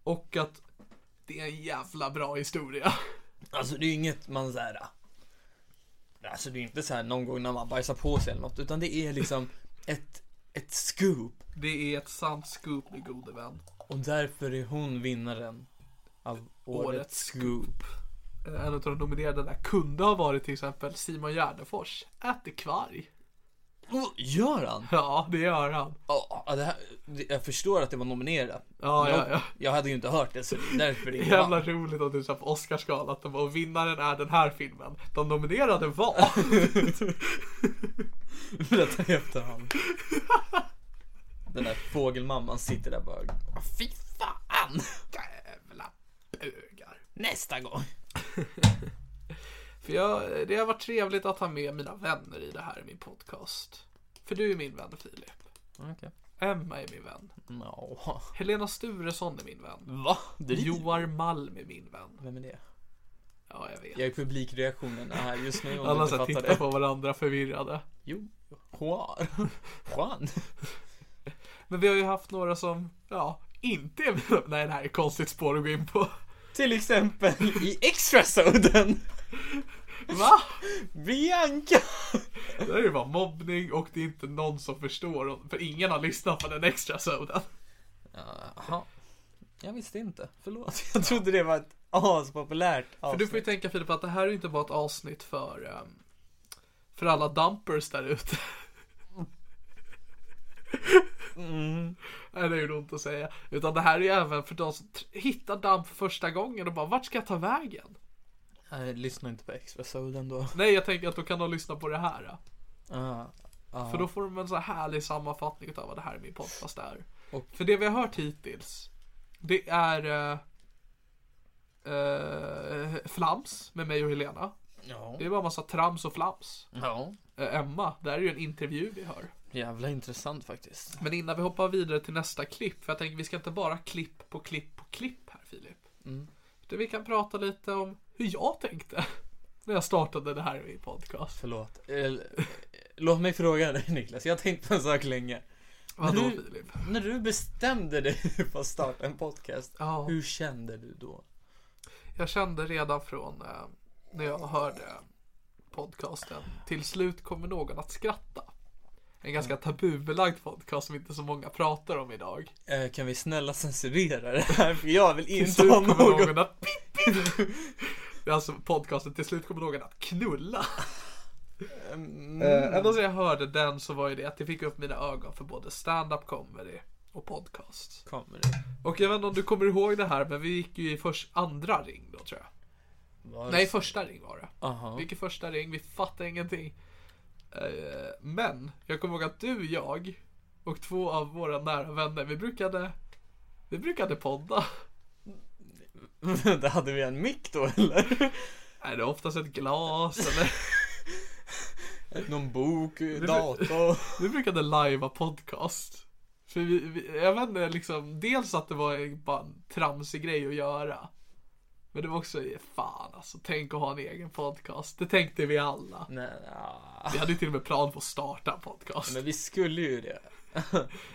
Och att det är en jävla bra historia. [LAUGHS] Alltså det är ju inget man såhär Alltså det är inte såhär någon gång när man bajsar på sig eller något utan det är liksom ett, ett scoop Det är ett sant scoop min gode vän. och därför är hon vinnaren av årets, Årets scoop. Eh, En av de nominerade där kunde ha varit till exempel Simon Gärdenfors. Äter kvarg. [LAUGHS] Oh, gör han? Ja, det gör han. Ja, det här, det- jag förstår att det var nominerat. Ja, Men ja, ja. Jag hade ju inte hört det så det är därför det inte Jävla vann. roligt att du sa på Oscarsgalan att de var och vinnaren är den här filmen. De nominerade var... [LAUGHS] Berätta i efterhand. Den där fågelmamman sitter där bara. "Ah, Fy fan! Jävla bögar. Nästa gång. För jag, det har varit trevligt att ha med mina vänner i det här i min podcast. För du är min vän Filip. Okej. Emma är min vän. No. Helena Sturesson är min vän. Va? Driver? Joar Malm är min vän. Vem är det? Ja, jag vet. Jag är publikreaktionen här just nu om Alla du så här inte tittar fattar det. på varandra förvirrade. Jo, Juan. Juan. Men vi har ju haft några som, ja, inte är mina... Nej, det här är ett konstigt spår att gå in på. Till exempel i extrasoden. Va? Bianca. Det här är ju bara mobbning och det är inte någon som förstår. För ingen har lyssnat på den extra soden. Jaha. Jag visste inte. Förlåt. [LAUGHS] Jag trodde det var ett aspopulärt För du får ju tänka Filip att det här är ju inte bara ett avsnitt för, ehm, för alla dumpers där ute. Mm. Nej, det är ju ont att säga. Utan det här är ju även för de som tr- hittar damp för första gången och bara, vart ska jag ta vägen? Nej, lyssna inte på extrasoden då. Nej, jag tänker att då kan de lyssna på det här. eh. Ah, För då får de en så här härlig sammanfattning av vad det här är min podcast är. Och- För det vi har hört hittills, det är eh, eh, Flams med mig och Helena. ja. Det är bara massa trams och flams. Ja. Eh, Emma, det här är ju en intervju vi hör. Jävla intressant faktiskt. Men innan vi hoppar vidare till nästa klipp, för jag tänker vi ska inte bara klipp på klipp på klipp här Filip. Utan vi kan prata lite om hur jag tänkte [LAUGHS] när jag startade det här i min podcast. Förlåt. Eh, Låt mig fråga dig [LAUGHS] Niklas. Jag har tänkt på en sak länge. Vadå du- Filip? När du bestämde dig [LAUGHS] för att starta en podcast, Ja. hur kände du då? Jag kände redan från eh, när jag hörde podcasten, till slut kommer någon att skratta. En ganska tabubelagd podcast som inte så många pratar om idag. Eh, kan vi snälla censurera det här? För jag vill Till inte slut ha kommer någon, någon... att [LAUGHS] pip, pip. Det är alltså podcasten Till slut kommer någon att knulla. Mm. Ända sedan jag hörde den så var ju det att det fick upp mina ögon för både stand-up comedy och podcast. Kommer det? Och jag vet inte om du kommer ihåg det här men vi gick ju i först, andra ring då tror jag. Var- Nej, första ring var det. Aha. Vi gick i första ring, vi fattade ingenting. Eh, Men jag kommer ihåg att du, jag och två av våra nära vänner, vi brukade, vi brukade podda. [LAUGHS] Vänta, hade vi en mick då eller? Nej, det är oftast ett glas eller... [LAUGHS] Någon bok, dator? Vi brukade lajva podcast. För vi, vi, jag vet inte, liksom, dels att det var en, bara en tramsig grej att göra. Men det var också, fan alltså, tänk att ha en egen podcast. Det tänkte vi alla. [LAUGHS] Nej, ah. Vi hade ju till och med plan på att starta en podcast. Men vi skulle ju det. [LAUGHS]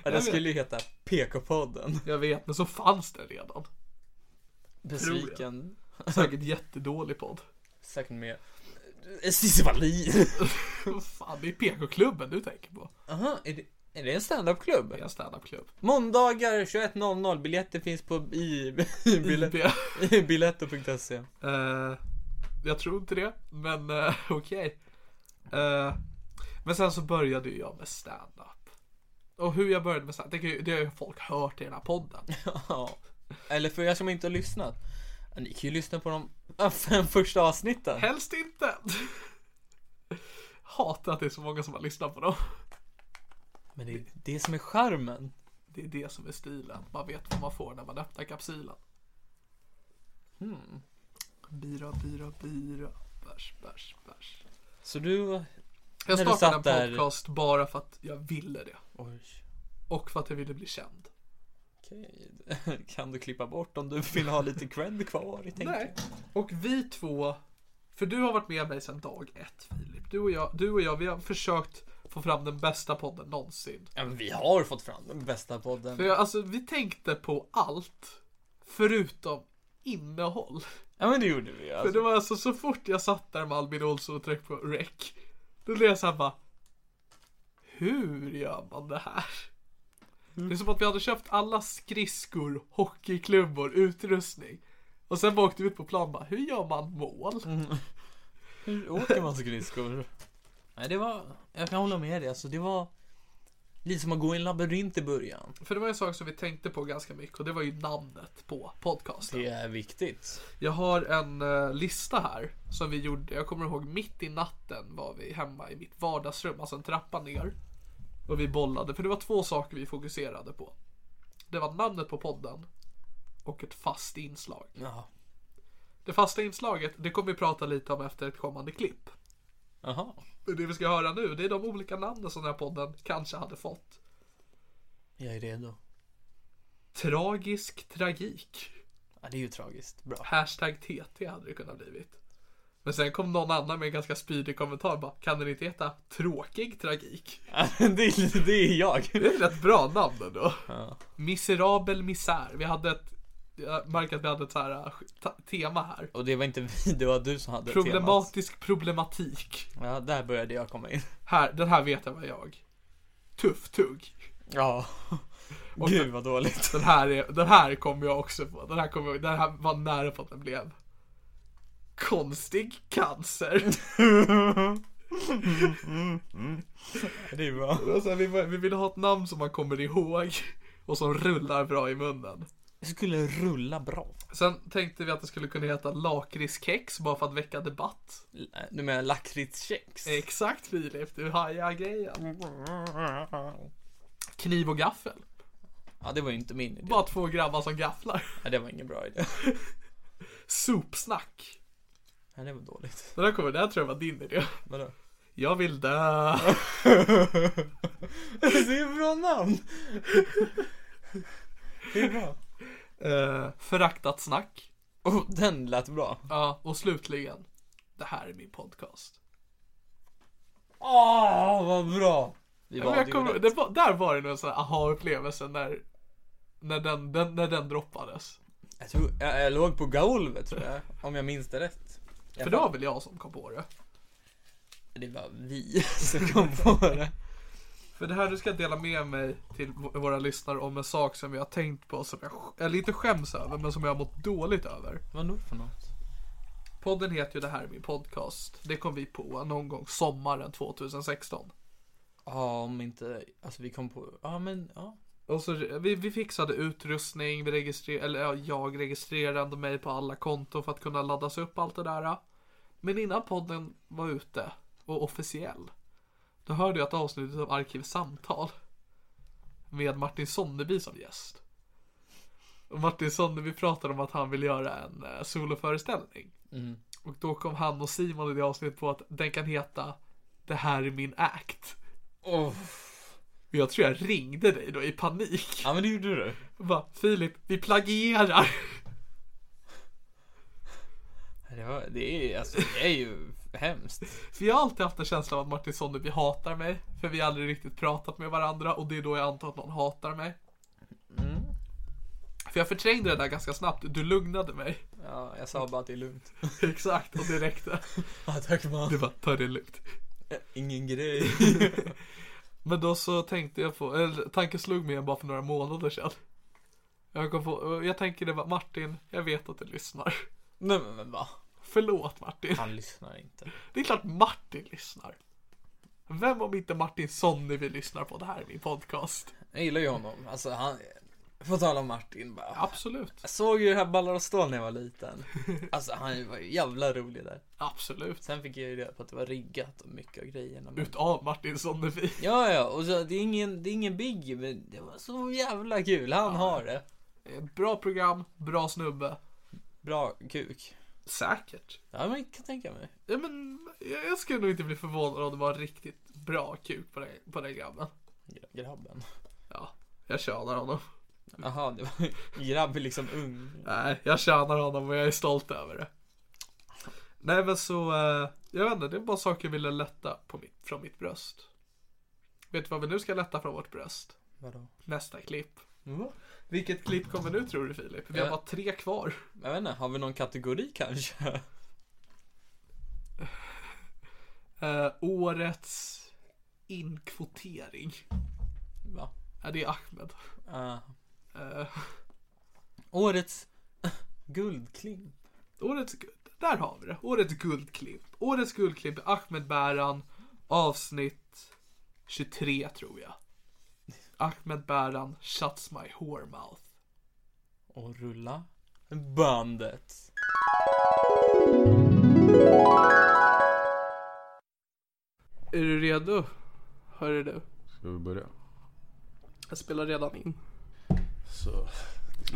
Ja, Den skulle ju heta PK-podden. Jag vet, men så fanns det redan. Besviken. Säkert jättedålig podd. [LAUGHS] Säkert mer. Eh, Cissi Wallin. [LAUGHS] Vad Fan, det är PK-klubben du tänker på. Aha, är det, är det en standup-klubb? Det är en standup-klubb. Måndagar 21.00. Biljetter finns på i, i, bilet, IP. i biletto.se. Eh, jag tror inte det, men eh, [LAUGHS] okej. Eh, men sen så började ju jag med stand-up. Och hur jag började med stand-up, det, kan ju- det har ju folk hört i den här podden. [LAUGHS] Ja. Eller för er som inte har lyssnat. Ni kan ju lyssna på de [LAUGHS] fem första avsnitten. Helst inte! [LAUGHS] Hatar att det är så många som har lyssnat på dem. Men det är det som är charmen. Det är det som är stilen. Man vet vad man får när man öppnar kapsylen. Hmm. Bira, bira, bira. Bärs, bärs, bärs. Så du... Jag När du startade en satt där- podcast bara för att jag ville det. Oj. Och för att jag ville bli känd. Okej. [LAUGHS] Kan du klippa bort om du vill ha lite cred kvar? tänker jag. Nej. Och vi två, för du har varit med mig sedan dag ett Filip. Du och jag, du och jag vi har försökt få fram den bästa podden någonsin. Ja, men vi har fått fram den bästa podden. För jag, alltså, vi tänkte på allt förutom innehåll. Ja men det gjorde vi För alltså. det var alltså så fort jag satt där med Albin Olsson och tryckte på rec. Då blev jag såhär bara. Hur gör man det här? Det är som att vi hade köpt alla skridskor, hockeyklubbor, utrustning. Och sen bara åkte vi ut på plan bara, hur gör man mål? Mm. Hur åker man skridskor? Nej det var, jag kan hålla med dig alltså. Det var lite som att gå i en labyrint i början. För det var en sak som vi tänkte på ganska mycket och det var ju namnet på podcasten. Det är viktigt. Jag har en eh, lista här som vi gjorde. Jag kommer ihåg mitt i natten var vi hemma i mitt vardagsrum, alltså en trappa ner. Och vi bollade, för det var två saker vi fokuserade på. Det var namnet på podden och ett fast inslag. Ja. Det fasta inslaget, det kommer vi prata lite om efter ett kommande klipp. Jaha. Men Det vi ska höra nu, det är de olika namnen som den här podden kanske hade fått. Jag är redo. Tragisk tragik. Ja det är ju tragiskt. Bra. Hashtag TT hade det kunnat blivit. Men sen kom någon annan med en ganska spydig kommentar bara, kan den inte heta tråkig tragik? [LAUGHS] [LAUGHS] det, är- det är jag. Det är ett rätt bra namn ändå. Miserabel misär. Vi hade ett, jag märker att vi hade ett så här eh, ta- tema här. Och det var inte vi, det var du som hade temat. Problematisk problematik. Ja, där började jag komma in. Här, den här vet jag var jag. Tuff tugg. Ja. Gud vad dåligt. Den här, är, den här kom jag också på. Den här, kom jag, den här var nära på att den blev. Konstig cancer. [LAUGHS] Det är bra. Alltså, vi, var- vi ville ha ett namn som man kommer ihåg och som rullar bra i munnen. Det skulle rulla bra. Sen tänkte vi att det skulle kunna heta lakritskex bara för att väcka debatt. L- Du menar lakritskex? Exakt Filip, du hajar grejen. Kniv och gaffel. Ja, det var ju inte min idé. Bara två grabbar som gafflar. Ja, det var ingen bra idé. Sopsnack. Ja, det var dåligt. Den här kommer, den här tror jag var din idé. Vadå? Jag vill dö. det är bra namn! Det är bra. Eh, föraktat snack. Oh, den lät bra. Ja, och slutligen. Det här är min podcast. Åh, vad bra! Vi Ja, men valde jag ju kommer, rätt. det var, där var det nog en sån här aha-upplevelse när, när, den, den, när den droppades. jag, tror, jag, jag låg på golvet tror jag, om jag minns det rätt. Jag För det var väl jag som kom på det. Det var vi [LAUGHS] som kom på det. För det här du ska dela med mig till v- våra lyssnare om en sak som jag har tänkt på som jag, sk- eller inte skäms över men som jag har mått dåligt över. Vadå för något? Podden heter ju Det här är min podcast. Det kom vi på någon gång sommaren 2016. Ja, om inte, alltså vi kom på, ja men, ja. Och så vi, vi fixade utrustning, vi registrer, eller ja, jag registrerade mig på alla konton för att kunna laddas upp allt det där. Men innan podden var ute och officiell, då hörde jag ett avsnitt av Arkivsamtal med Martin Sonneby som gäst. Och Martin Sonneby pratade om att han vill göra en eh, soloföreställning. Och då kom han och Simon i det avsnittet på att den kan heta Det här är min act. Oh. Och jag tror jag ringde dig då i panik. Ja men det gjorde du. Va, Filip, vi plagierar. Det, var, det, är, alltså, det är ju hemskt. För jag har alltid haft en känsla av att Martin Sonneby hatar mig. För vi har aldrig riktigt pratat med varandra och det är då jag antar att någon hatar mig. Mm. För jag förträngde det där ganska snabbt. Du lugnade mig. Ja, jag sa bara att det är lugnt. [LAUGHS] Exakt, och det räckte. [LAUGHS] Ja, tack man. Du bara, ta det [LAUGHS] lugnt. Ingen grej. Men då så tänkte jag på, eller tanken slog mig igen bara för några månader sedan. Jag kom på, jag tänker det var Martin, jag vet att du lyssnar. [LAUGHS] Nej men, men va? Förlåt Martin. Han lyssnar inte. Det är klart Martin lyssnar. Vem om inte Martin Sonneby lyssnar på det här i min podcast? Jag gillar ju honom. Alltså han, på tal om Martin bara. Absolut. Jag såg ju det här Ballar och stål när jag var liten. Alltså han var ju jävla rolig där. Absolut. Sen fick jag ju reda på att det var riggat och mycket av grejerna. Men... Utav Martin Sonneby. Ja, ja, och så, det, är ingen, det är ingen biggie, men det var så jävla kul. Han har det. Bra program, bra snubbe. Bra kuk. Säkert. Ja, men jag kan tänka mig. Ja, men jag jag skulle nog inte bli förvånad om det var riktigt bra kuk på den, på den grabben. Gra- Grabben. Ja, jag tjänar honom. Jaha, det var grabb är liksom ung. Nej, jag tjänar honom och jag är stolt över det. Nej men så, eh, jag vet inte, det är bara saker jag ville lätta på mitt, från mitt bröst. Vet du vad vi nu ska lätta från vårt bröst? Vadå? Nästa klipp. Mm. Eh. Vilket klipp kommer nu tror du Filip? Vi Ja. har bara tre kvar. Jag vet inte, har vi någon kategori kanske? Eh, årets inkvotering. Va? Ja, det är Ahmed. Ah. Eh, årets guldklimp. årets, gu- där har vi det. Årets guldklipp. Årets guldklipp är Ahmed Bäran, avsnitt 23 tror jag. Ahmed Bäran shuts my whore mouth. Och rulla bandet. Är du redo? Hörru du. Ska vi börja? Jag spelar redan in. Så.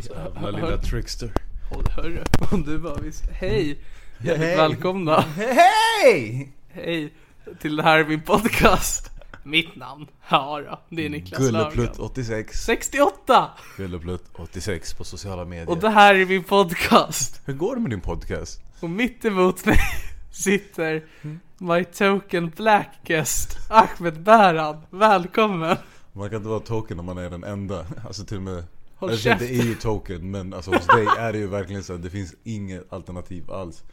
Jävla hör- lilla trickster. Håll, hörru. Om du [LAUGHS] bara visst. Hej! Hjärtligt välkomna. Hej! Hej till det här är min podcast. Mitt namn? Ja då, det är Niklas Löfgren. Gulleplutt86. 68! Gulleplutt86 på sociala medier. Och det här är min podcast. Hur går det med din podcast? Och mitt emot mig [LAUGHS] sitter Mm. My Token Black Guest Ahmed Bäran. Välkommen! Man kan inte vara token när man är den enda. Alltså till och med... Håll alltså, det käften. är ju token men alltså hos dig är det ju verkligen så att det finns inget alternativ alls.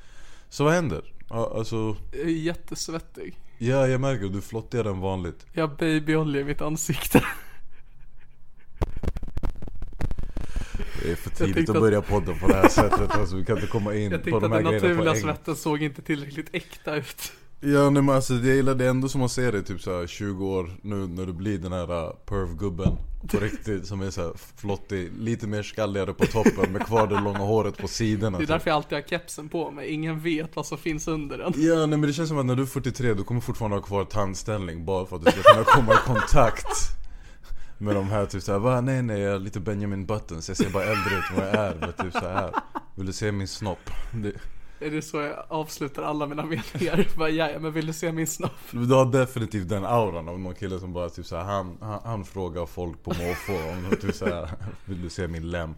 Så vad händer? Ja, Alltså, Jag är jättesvettig. ja jag märker du är flottigare än vanligt. Jag har babyolja i mitt ansikte. Det är för tidigt tänkte att att- börja podden på det här sättet. Alltså, vi kan inte komma [LAUGHS] in Jag på tänkte att de här den grejerna på naturliga en gång. svetten såg inte tillräckligt äkta ut. Ja nej, men alltså jag gillar det ändå som man ser det typ såhär 20 år nu när du blir den här uh, perv-gubben på riktigt som är såhär flottig, lite mer skalligare på toppen men kvar det långa håret på sidorna. Det är typ. därför jag alltid har kepsen på mig. Ingen vet vad som finns under den. Ja nej men det känns som att när du är 43 du kommer fortfarande ha kvar tandställning bara för att du ska kunna komma i kontakt med de här typ såhär va nej nej jag är lite Benjamin Buttons, jag ser bara äldre ut än vad jag är men typ så här. Vill du se min snopp? Det, Är det så jag avslutar alla mina meningar? [LAUGHS] Bara, ja, men vill du se min snopp? Du har definitivt den auran av någon kille som bara typ såhär, han, han, han frågar folk på måfå om de typ såhär, [LAUGHS] vill du se min lem?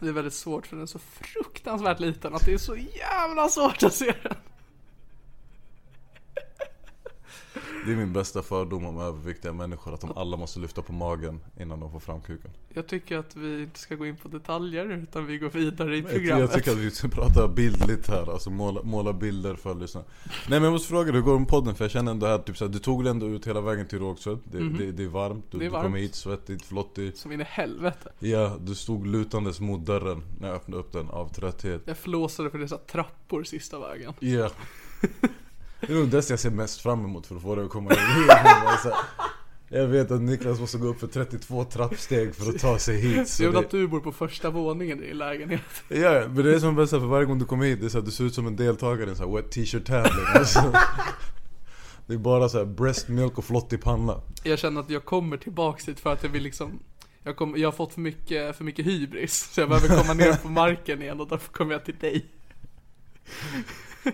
Det är väldigt svårt för den är så fruktansvärt liten att det är så jävla svårt att se den. Det är min bästa fördom om överviktiga människor, att de alla måste lyfta på magen innan de får fram kuken. Jag tycker att vi inte ska gå in på detaljer utan vi går vidare i Jag ty- programmet. Jag tycker att vi ska prata bildligt här, alltså måla, måla bilder för lyssnarna. Nej men jag måste fråga dig, hur går det med podden? För jag känner ändå här, typ såhär, du tog dig ändå ut hela vägen till Rågsved. Det, det, det är varmt, du, Mhm. Det är du kom varmt. hit svettigt, flottigt. Som in i helvete. Ja, du stod lutandes mot dörren när jag öppnade upp den av trötthet. Jag flåsade för dessa trappor sista vägen. Ja. Det är nog det jag ser mest fram emot för att få det att komma in. Alltså, Jag vet att Niklas måste gå upp för 32 trappsteg för att ta sig hit. Så Jag vet det, att du bor på första våningen i din lägenhet. ja, men det är som bästa för varje gång du kommer hit, det är så att du ser ut som en deltagare i en sån här wet t-shirt tävling. Alltså, det är bara så här breast milk och flottig panna. Jag känner att jag kommer tillbaks hit för att jag vill liksom jag, kom, jag har fått för mycket, för mycket hybris, så jag behöver komma ner på marken igen och därför kommer jag till dig.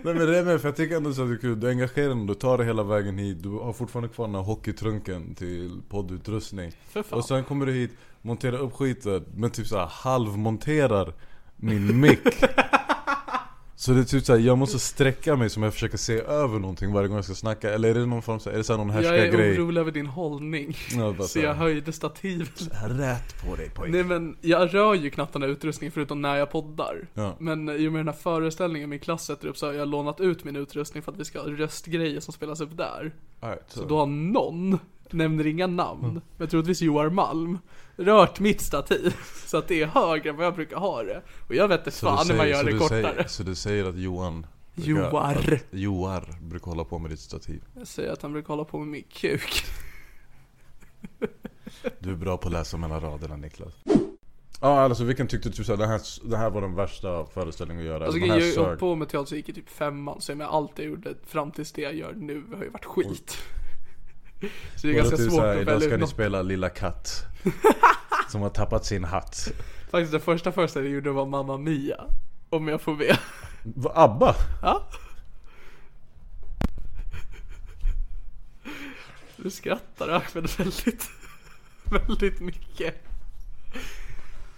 Nej men det är med, för jag tycker ändå så att det är kul. Du engagerar dig, du tar dig hela vägen hit. Du har fortfarande kvar den här hockeytrunken till poddutrustning. För fan. Och sen kommer du hit, monterar upp skiten, men typ såhär halvmonterar min mick. Så det är typ såhär, jag måste sträcka mig som jag försöker se över någonting varje gång jag ska snacka. Eller är det någon form så här, är det så här någon Jag är härskargrej? orolig över din hållning. Ja, bara Så så jag här, höjde stativet. Rät på dig pojk. Nej men jag rör ju knappt den här utrustningen förutom när jag poddar. Ja. Men i och med den här föreställningen min klass sätter upp så har jag lånat ut min utrustning för att vi ska ha röstgrejer som spelas upp där. Alright, så. Mm. Så då har någon, nämner inga namn, men troligtvis Joar Malm, rört mitt stativ. Så att det är högre än vad jag brukar ha det. Och jag vet inte Så du fan hur man säger- gör så det du kortare. Säger, så du säger att Johan brukar- Joar. att Joar brukar hålla på med ditt stativ. Jag säger att han brukar hålla på med min kuk. Du är bra på att läsa mellan raderna Niklas. Ja alltså vilken tyckte du typ såhär, den här, den här var den värsta föreställningen att göra? Alltså den jag här jag höll sög. på med teater så gick i typ femman, så jag menar, allt jag gjorde fram tills det jag gör nu har ju varit skit. [LAUGHS] Så det är Vadå, ganska typ svårt att såhär, Idag välja ska ut ni något. spela Lilla Katt. [LAUGHS] som har tappat sin hatt. Faktiskt den första föreställningen jag gjorde var Mamma Mia. Om jag får be. Va, Abba? Ja. Du skrattar Ahmed väldigt, väldigt mycket.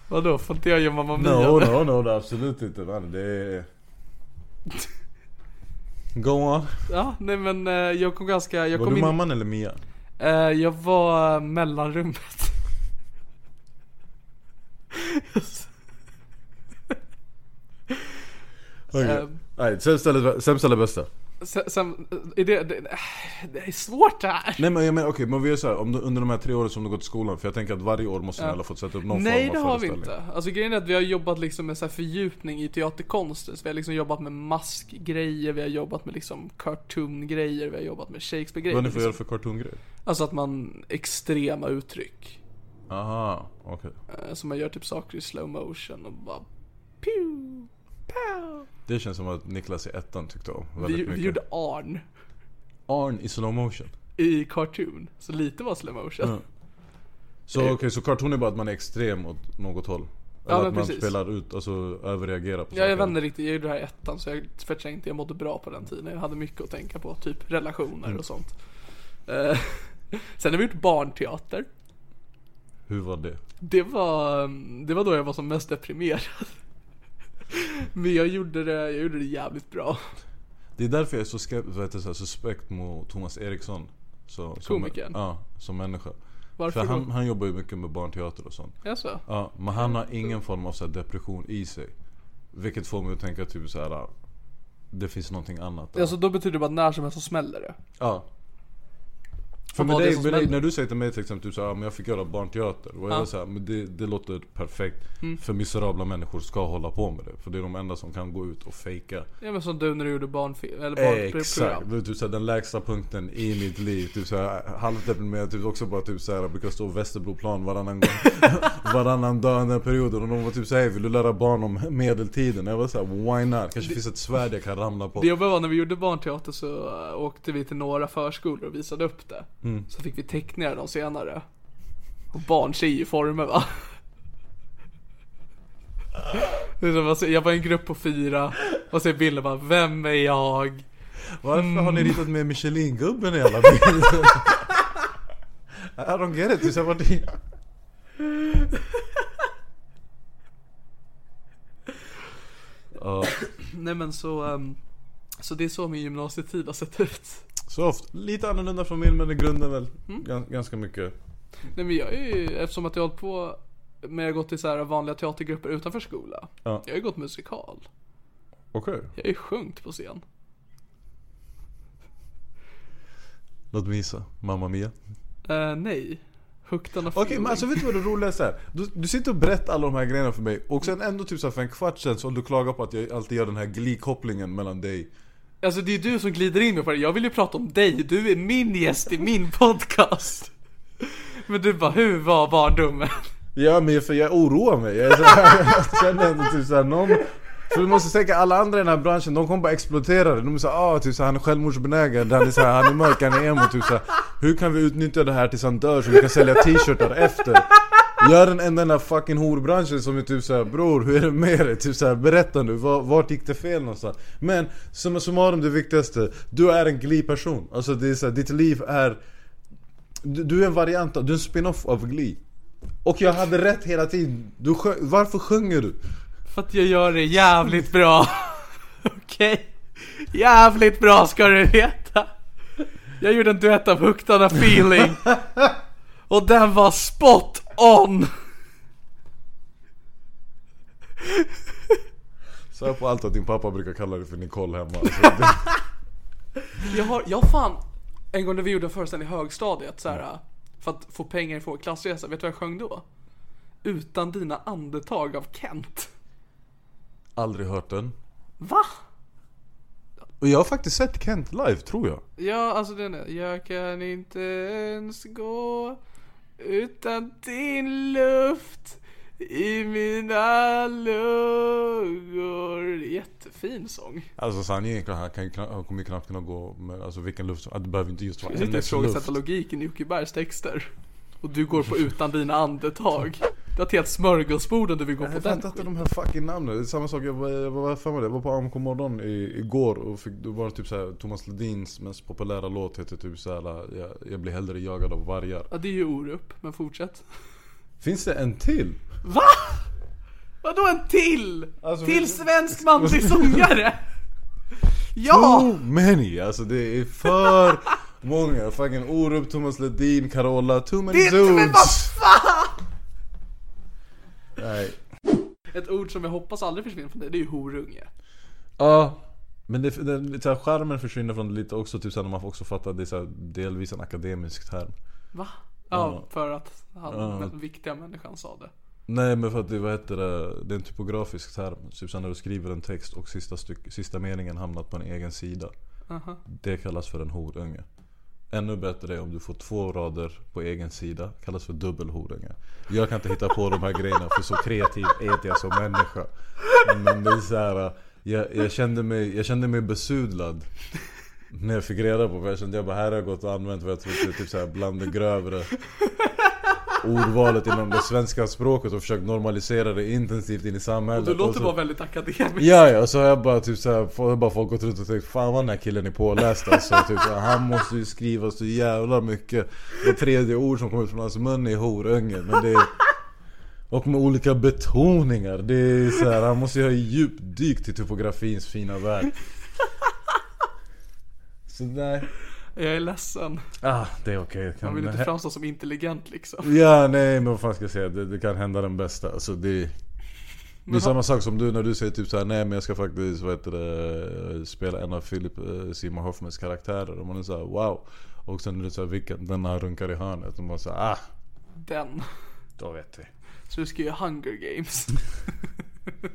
Vadå, får inte jag göra Mamma Mia? No, no, no, no absolut inte man. [LAUGHS] Det är... Go on. Ja, nej men eh, jag kom ganska, jag var kom du in, mamman eller Mia? eh, jag var mellanrummet. Okay. Ehm. Nej, sämsta eller, sämsta eller bästa? Sen, sen eh, är det, det, äh, det är svårt det här. Nej men jag menar okej, men vi gör såhär, om du, under de här tre åren som du gått i skolan, för jag tänker att varje år måste ni alla fått sätta upp någon Nej det form av har vi föreställning. inte. Alltså grejen är att vi har jobbat liksom med så här fördjupning i teaterkonsten. Så vi har liksom jobbat med maskgrejer, vi har jobbat med liksom cartoon-grejer, vi har jobbat med Shakespeare-grejer. Vad ni får göra Liksom. för cartoon-grejer? Alltså att man extrema uttryck. Aha, okej. Eh, Så man gör typ saker i slow motion och bara pew, pow. Det känns som att Niklas i ettan tyckte om väldigt Vi, mycket. vi gjorde Arn Arn i slow motion. i cartoon. Så lite var slow motion. Mm. Så okej, så cartoon är bara att man är extrem åt något håll? Eller Eh, Ja, att men man precis. spelar ut, alltså överreagerar på Ja, jag saker. vet inte riktigt, jag gjorde det här i ettan så jag förträngde, jag mådde bra på den tiden. Jag hade mycket att tänka på, typ relationer Mm. och sånt. Eh, [LAUGHS] Sen har vi gjort barnteater. Hur var det? Det var, det var då jag var som [LAUGHS] mest deprimerad. Men jag gjorde det, jag gjorde det jävligt bra. Det är därför jag är så, skep- vad heter det, så här, suspekt mot Thomas Eriksson. Så, som, Komikern? Ja, som människa. Varför För han, då? han jobbar ju mycket med barnteater och sånt. Jaså? Ja, men han har ingen form av så här depression i sig. Vilket får mig att tänka typ så här. Det finns någonting annat där. Alltså då betyder det bara att när som helst så smäller det. ja. För Och med vad det dig, som med dig, smäller. när du säger till mig till exempel typ så här, "Ja, men jag fick göra barnteater. Och jag Ja. Mm. var så här, men det, det låter perfekt. För miserabla människor ska hålla på med det. För det är de enda som kan gå ut och fejka. Ja men som du när du gjorde barnfilm, eller Exakt, barnprogram. det är typ såhär, den lägsta punkten i mitt liv. Typ såhär, halvt deprimerad, typ också bara typ såhär, jag brukar stå Västerbroplan [LAUGHS] varannan gång. varannan dag under den perioden. Och de var typ såhär, "Hey, vill du lära barn om medeltiden? Jag var såhär, why not? Kanske finns ett svärd jag kan ramla på. Det jobbiga var när vi gjorde barnteater så eh, åkte vi till några förskolor och visade upp det. Mm. Så fick vi teckningar av dem senare. Och barn ser ju former va. Det är som, alltså, Jag var i en grupp på fyra och så är bilden bara, vem är jag? Varför har ni ritat med Michelin-gubben i alla [LAUGHS] bilder? I don't get it. Typ såhär, vart är- Ja, Nej men så, ehm, så det är så min gymnasietid har sett ut. soft. Lite annorlunda familj men i grunden väl gans- ganska mycket. Nej men jag är ju, eftersom att jag har hållit på med jag har gått i så här vanliga teatergrupper utanför skola. Ja. Jag har ju gått musikal. Okej. Jag har ju sjungit på scen. Låt mig gissa. Mamma Mia. Eh, nej. Hooked on a Okej feeling. men alltså vet du vad det roligaste är? Du, du sitter och berättar alla de här grejerna för mig och sen ändå typ så här för en kvart sen så du klagar på att jag alltid gör den här glikopplingen mellan dig. Alltså det är ju du som glider in mig på det. Jag vill ju prata om dig. Du är min gäst i min podcast. Men du bara, hur var barndomen? Ja men för jag oroar mig. Jag, är så här, [LAUGHS] jag känner ändå typ så här någon... För du måste tänka alla andra i den här branschen, de kommer bara explodera det. De är såhär ah, typ så här, han är självmordsbenägen, han är så här, han är mörk, han är emo, typ så här. Hur kan vi utnyttja det här tills han dör så vi kan sälja t-shirtar efter? Jag är den enda i den här fucking horbranschen som är typ såhär Bror, hur är det med dig? Typ såhär, berätta nu, var, vart gick det fel någonstans? Men, summa summarum det viktigaste Du är en Glee-person, alltså det är såhär, ditt liv är du, du är en variant, av- du är en spin-off av Glee och jag hade rätt hela tiden. Du sjö- Varför sjunger du? För att jag gör det jävligt bra. Okej. Jävligt bra ska du veta. Jag gjorde en duett av Hooked on a feeling. Och den var spot on. Sär på allt att din pappa brukar kalla dig för Nicole hemma. Alltså, det, Jag har, jag fan, en gång när vi gjorde en föreställning i högstadiet så här, för att få pengar för vår klassresa, vet du vad jag sjöng då? Utan dina andetag av Kent. aldrig hört den. Va? Och jag har faktiskt sett Kent live, tror jag. Ja, alltså den är, jag kan inte ens gå utan din luft i mina lungor. Jättefin sång. Alltså sanningen är han, kan, ju kna- han kommer ju knappt kunna gå med alltså, vilken luft som... Det behöver inte just vara Jag sitter och hennes luft. ifrågasätter logiken i Jocke Bergs texter. Och du går på utan dina andetag. Det är ett helt smörgåsbord om du vill gå på den Jag fattar inte skiten. de här fucking namnen. Det är samma sak, jag var, jag var, för mig det. jag var på AMK morgon i, igår och fick, det var typ såhär Thomas Ledins mest populära låt heter typ såhär jag, jag blir hellre jagad av vargar. Ja, det är ju Orup, men fortsätt. Finns det en till? Va? Vadå en till? Alltså, till vi- svensk manlig [LAUGHS] sångare? Ja! Too many! Alltså det är för många. Fucking Orup, Thomas Ledin, Carola, too Det many är inte- men vad dudes! Nej. Ett ord som jag hoppas aldrig försvinner från dig, det är ju horunge. Ja. Men det, den, så här, skärmen försvinner från det lite också, typ så här, när man också fattar att det är så här, delvis en akademisk term. Va? Ja, för att han, Ja. den viktiga människan sa det. Nej men för att det, vad heter det, det är en typografisk term. Typ så här, när du skriver en text och sista, styck, sista meningen hamnat på en egen sida. Aha. Det kallas för en horunge. Ännu bättre är om du får två rader på egen sida. Kallas för dubbelhorunge. Jag kan inte hitta på de här grejerna för så kreativ är inte jag som människa. Men det är så här, jag, jag, kände mig, jag kände mig besudlad. När jag fick reda på det. Jag kände jag bara här har jag gått och använt vad jag trodde typ så här, bland det grövre ordvalet inom det svenska språket och försökt normalisera det intensivt in i samhället. Du låter så- bara väldigt akademisk. Ja, ja, så har jag bara typ såhär, folk- har bara folk gått runt och tänkt Fan vad den här killen är påläst alltså, [LAUGHS] typ såhär, Han måste ju skriva så jävla mycket Det tredje ord som kommer ut från hans mun är horunge men det är, Och med olika betoningar Det är såhär, han måste ju ha djupdykt i typografins fina värld Så nej. Jag är ledsen. Ah, det är okej. Det Man kan- vill inte hä- framstå som intelligent liksom. Ja, nej men vad fan ska jag säga? Det, det kan hända den bästa. Alltså det... Det är samma sak som du när du säger typ så här, nej men jag ska faktiskt vad heter det, spela en av Philip eh, Simon Hoffmans karaktärer. Och man är så här, wow. Och sen är det så här, vilken, den här runkar i hörnet. Och man säger ah, Den. då vet vi. Så du ska göra Hunger Games. [LAUGHS]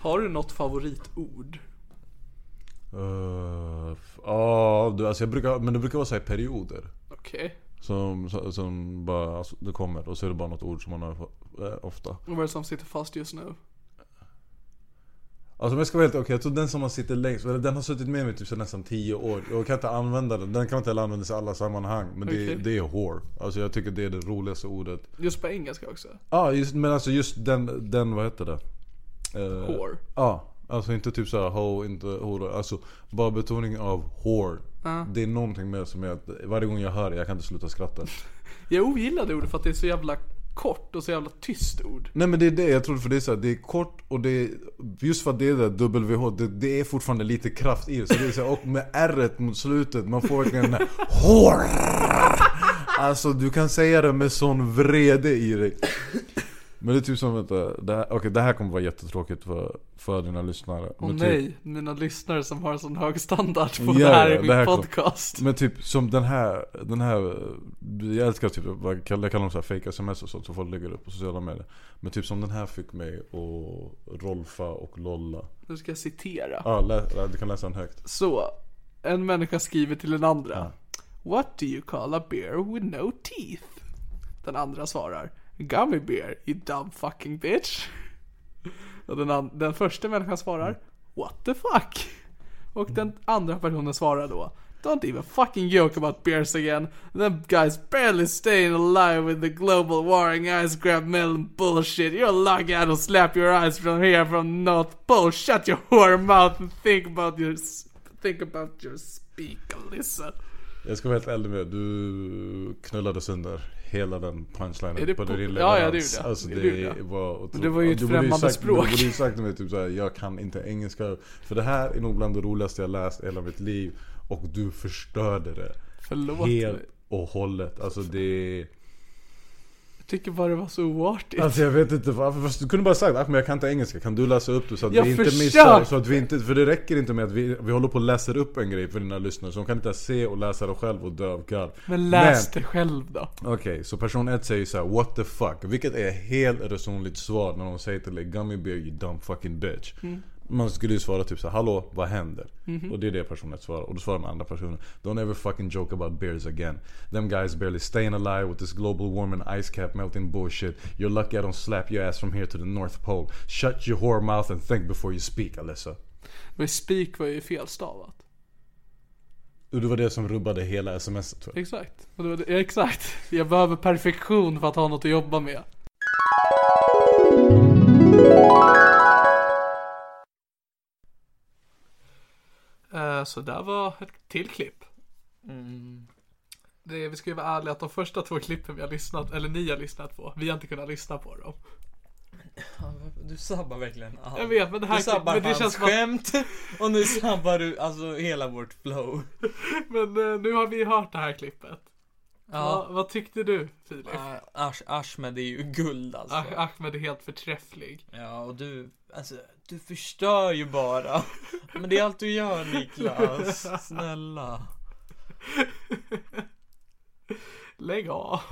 Har du något favoritord? Eh, f- Ja, du, alltså jag brukar, men det brukar vara så här i perioder. Okej. Som, så- som bara, alltså, det kommer och så är det bara något ord som man har fått, eh, ofta. Vad är det som sitter fast just nu? Alltså om jag ska vara helt okej, jag tror den som har sitter längst, eller den har suttit med mig typ så nästan 10 år. Jag kan inte använda den, den kan inte heller användas i alla sammanhang. Men det, Okej. det är whore. Alltså jag tycker det är det roligaste ordet. Just på engelska också. Ja, ah, just- men alltså just den, den vad heter det? Eh, Whore. Ja, alltså inte typ såhär ho, inte hora. Alltså bara betoningen av whore. Det är någonting med som är att varje gång jag hör det, jag kan inte sluta skratta. Jag ogillar det ordet för att det är så jävla kort och så jävla tyst ord. Nej men det är det jag tror för det är så här, det är kort och det är, just för att det är det där WH, det, det är fortfarande lite kraft i det. Så det är så här, och med r mot slutet, man får verkligen den här hår. Alltså du kan säga det med sån vrede i dig. Men det är typ som, vänta, det här, okej det här kommer vara jättetråkigt för, för dina lyssnare. Åh Men typ- nej, mina lyssnare som har sån hög standard på Ja, det här ja, i min det här kom- podcast. Men typ som den här, den här Jag älskar typ, jag kallar jag kallar dem så här fake sms och sånt så folk lägger upp på sociala medier Men typ som den här fick mig och Rolfa och Lolla Nu ska jag citera. Ja, lä, lä, du kan läsa den högt Så, en människa skriver till den andra. What do you call a bear with no teeth? Den andra svarar. Gummy bear, you dumb fucking bitch. Och den, an- den första människan svarar. What the fuck? Och den andra personen svarar då. Don't even fucking joke about bears again. Them guys barely staying alive with the global warring ice grab melon bullshit. You're lucky I don't slap your eyes from here from North Pole. Shut your whore mouth and think about your... s- Think about your speak and listen. Jag ska vara helt ärlig med dig, du knullade sönder hela den punchlinen Är det på på- din lilla Ja, ja, det leverans. gjorde jag. Alltså Det det, gjorde jag. var otroligt. det var ju Ja, ett du borde främmande sagt, språk. Du borde ju sagt till mig typ såhär, jag kan inte engelska För det här är nog bland det roligaste jag läst i hela mitt liv Och du förstörde det Förlåt Helt mig. och hållet. Alltså det... Jag tycker bara det var så oartigt. Alltså jag vet inte varför. Fast du kunde bara sagt att jag kan inte engelska. Kan du läsa upp det så att Jag vi inte missar? försökte! Så att vi inte, för det räcker inte med att vi, vi håller på och läser upp en grej för dina lyssnare. Så de kan inte se och läsa det själv och dö av garv. Men läs det själv då. Okej, så person 1 säger så här: What the fuck? Vilket är helt resonligt svar när de säger till dig Gummy bear you dumb fucking bitch. Man skulle ju svara typ så här, hallå vad händer? Och det är det personen ett svarar. Och då svarar den andra personen Don't ever fucking joke about bears again. Them guys barely staying alive with this global warming ice cap melting bullshit. You're lucky I don't slap your ass from here to the North Pole. Shut your whore mouth and think before you speak Alyssa. Men speak var ju felstavat. Och det var det som rubbade hela smset tror jag. Exakt. Och det var det, ja, exakt. Jag behöver perfektion för att ha något att jobba med. Eh, Så där var ett till klipp. Mm. Det, vi ska ju vara ärliga att de första två klippen vi har lyssnat, eller ni har lyssnat på, vi har inte kunnat lyssna på dem. Du sabbar verkligen allt. Jag vet, men det här- Du sabbar men det hans känns som att- skämt och nu sabbar du alltså hela vårt flow. Men eh, nu har vi hört det här klippet. Vad- vad tyckte du Filip? Ah, Ash, Ashmed är ju guld alltså. Ah, Ahmed är helt förträfflig. Ja, och du, alltså, du förstör ju bara. Men det är allt du gör [LAUGHS] Niklas. Snälla. Lägg av. [LAUGHS]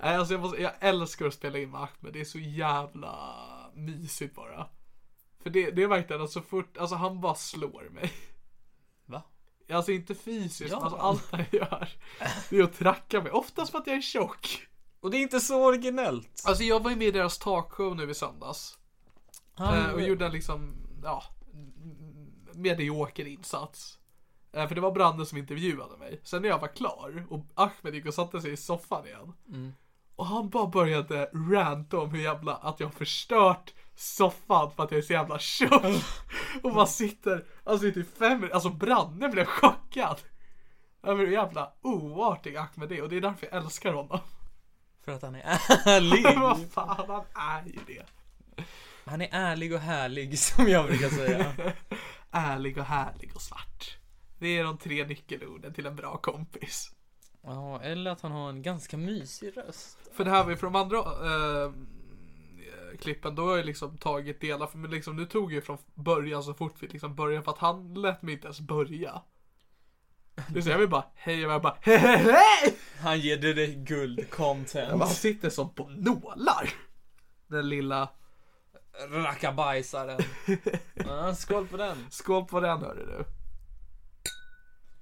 Nej, alltså jag, måste, jag älskar att spela in med Ahmed. Det är så jävla mysigt bara. För det, det är verkligen att så fort, alltså han bara slår mig. [LAUGHS] Va? Alltså inte fysiskt, Ja. alltså allt han gör. Det är att tracka mig. Oftast för att jag är tjock. Och det är inte så originellt. Alltså jag var ju med i deras talkshow nu i söndags. Eh, Mm. och gjorde en liksom, ja, m- medioker insats. Eh, För det var Brande som intervjuade mig. Sen när jag var klar och Ahmed gick och satte sig i soffan igen. Och han bara började ranta om hur jävla, att jag har förstört soffan för att jag är så jävla tjock. Och bara sitter, alltså i typ fem minuter, alltså Brande blev chockad. Över hur jävla oartig Ahmed är och det är därför jag älskar honom. För att han är [LAUGHS] ärlig. [LAUGHS] Vad fan, han är ju det. [LAUGHS] Han är ärlig och härlig som jag brukar säga. [LAUGHS] ärlig och härlig och svart. Det är de tre nyckelorden till en bra kompis. Ja, eller att han har en ganska mysig röst. För det här var ju från de andra eh, klippen, då har jag liksom tagit delar, för men liksom, nu tog jag ju från början så fort vi liksom började, för att han lät mig inte ens börja. Det så jag vill bara, hej, och jag bara, hej, hej, hej! Han ger direkt guld Men content. Han sitter som på nålar! Den lilla, Rackabajsaren. Ja, skål på den. skål på den hörru du.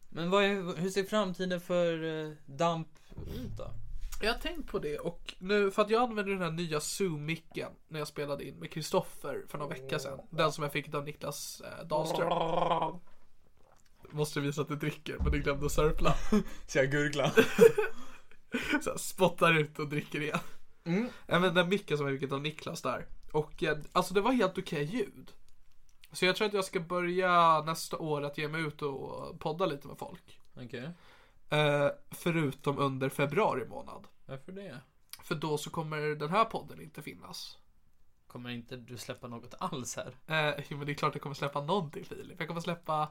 Men vad är, hur ser framtiden för eh, Damp ut då? Jag har tänkt på det och nu, för att jag använder den här nya Zoom-micken när jag spelade in med Kristoffer för någon vecka sedan. Den som jag fick av Niklas eh, Dahlström. Måste visa att du dricker, men du glömde sörpla. Ska jag gurgla? Så här, spottar ut och dricker igen. Mm. Men den micken som jag fick av Niklas där. Och eh, alltså det var helt okej ljud. Så jag tror att jag ska börja nästa år att ge mig ut och podda lite med folk. Okej, Eh, förutom under februari månad. varför det? För då så kommer den här podden inte finnas. Kommer inte du släppa något alls här? Eh, jo, men det är klart jag kommer släppa någonting Filip. Jag kommer släppa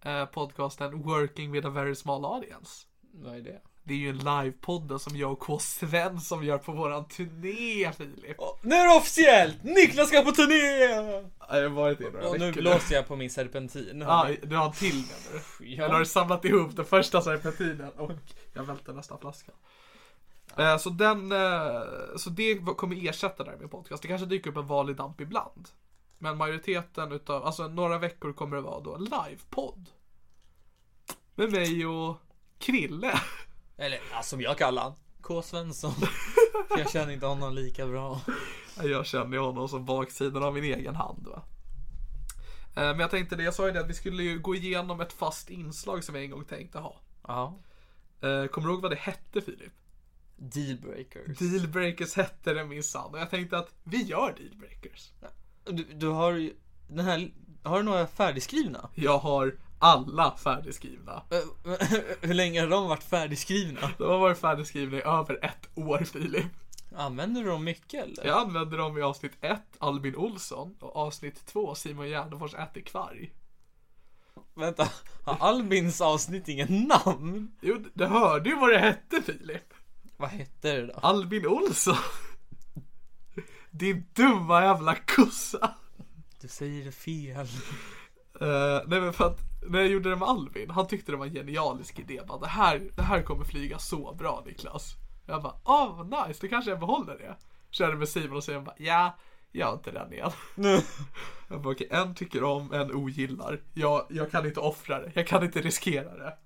eh, podcasten Working with a very small audience. Vad är det? Det är ju livepodden som jag och K. Svensson gör på våran turné Filip. nu är det officiellt! Niklas ska på turné! Jag har varit i några Och nu veckor blåser jag på min serpentin. Ja, Ah, du har en till menar du? Eller har du samlat ihop den första serpentinen och jag välter nästa flaska. Eh, Så, den, eh, så det kommer ersätta det här med podcast. Det kanske dyker upp en vanlig damp ibland. Men majoriteten utav, alltså några veckor kommer det vara då en livepodd. Med mig och Krille. [LAUGHS] Eller ja, som jag kallar han. K. [LAUGHS] Svensson. För jag känner inte honom lika bra. Jag känner ju honom som baksidan av min egen hand va. Eh, Men jag tänkte det, jag sa ju det att vi skulle ju gå igenom ett fast inslag som jag en gång tänkte ha. Ja. Eh, Kommer du ihåg vad det hette Filip? Dealbreakers. Dealbreakers hette det minsann och jag tänkte att vi gör dealbreakers. Du, du har ju den här, har du några färdigskrivna? Jag har alla färdigskrivna. Eh, [LAUGHS] Hur länge har de varit färdigskrivna? De har varit färdigskrivna i över ett år Filip. Använder du dem mycket eller? Jag använde dem i avsnitt 1, Albin Olsson, och avsnitt 2, Simon Gärdenfors äter kvarg. Vänta, har Albins avsnitt ingen namn? Jo, det hörde ju vad det hette Filip. Vad heter det då? Albin Olsson. Din dumma jävla kossa. Du säger det fel. Eh, nej men för att när jag gjorde det med Alvin, han tyckte det var en genialisk idé. Bara, det, här, det här kommer flyga så bra Niklas. Jag bara, ah vad nice, då kanske jag behåller det. Körde med Simon och Simon bara, ja, jag har inte den igen. jag bara, okej, en tycker om, en ogillar. Jag, jag kan inte offra det, jag kan inte riskera det.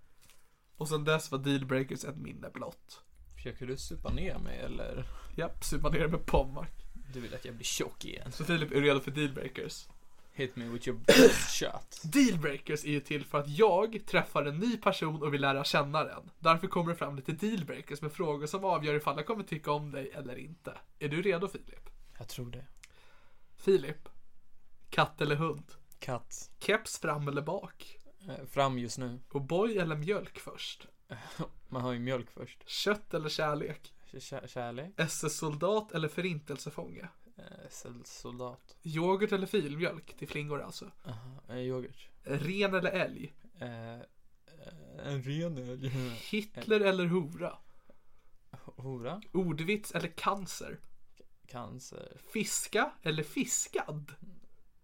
Och sen dess var dealbreakers ett minne blott. Försöker du supa ner mig eller? Japp, supa ner med Pommac. Du vill att jag blir tjock igen? Så Filip, är du redo för dealbreakers? Hit me with your best shot. Dealbreakers är ju till för att jag träffar en ny person och vill lära känna den. Därför kommer det fram lite dealbreakers med frågor som avgör ifall jag kommer tycka om dig eller inte. Är du redo Filip? Jag tror det. Filip? Katt eller hund? Katt. Keps fram eller bak? Eh, Fram just nu. O'boy eller mjölk först? Man har ju mjölk först. Kött eller kärlek? Kär- Kärlek. SS-soldat eller förintelsefånge? Eh, sol- Soldat. Yoghurt eller filmjölk? Till flingor alltså. Eh, Yoghurt. Ren eller älg? Eh, eh, En ren älg. Mm. Hitler eller hora? [LAUGHS] Hora. Ordvits eller cancer? Cancer. Fiska eller fiskad?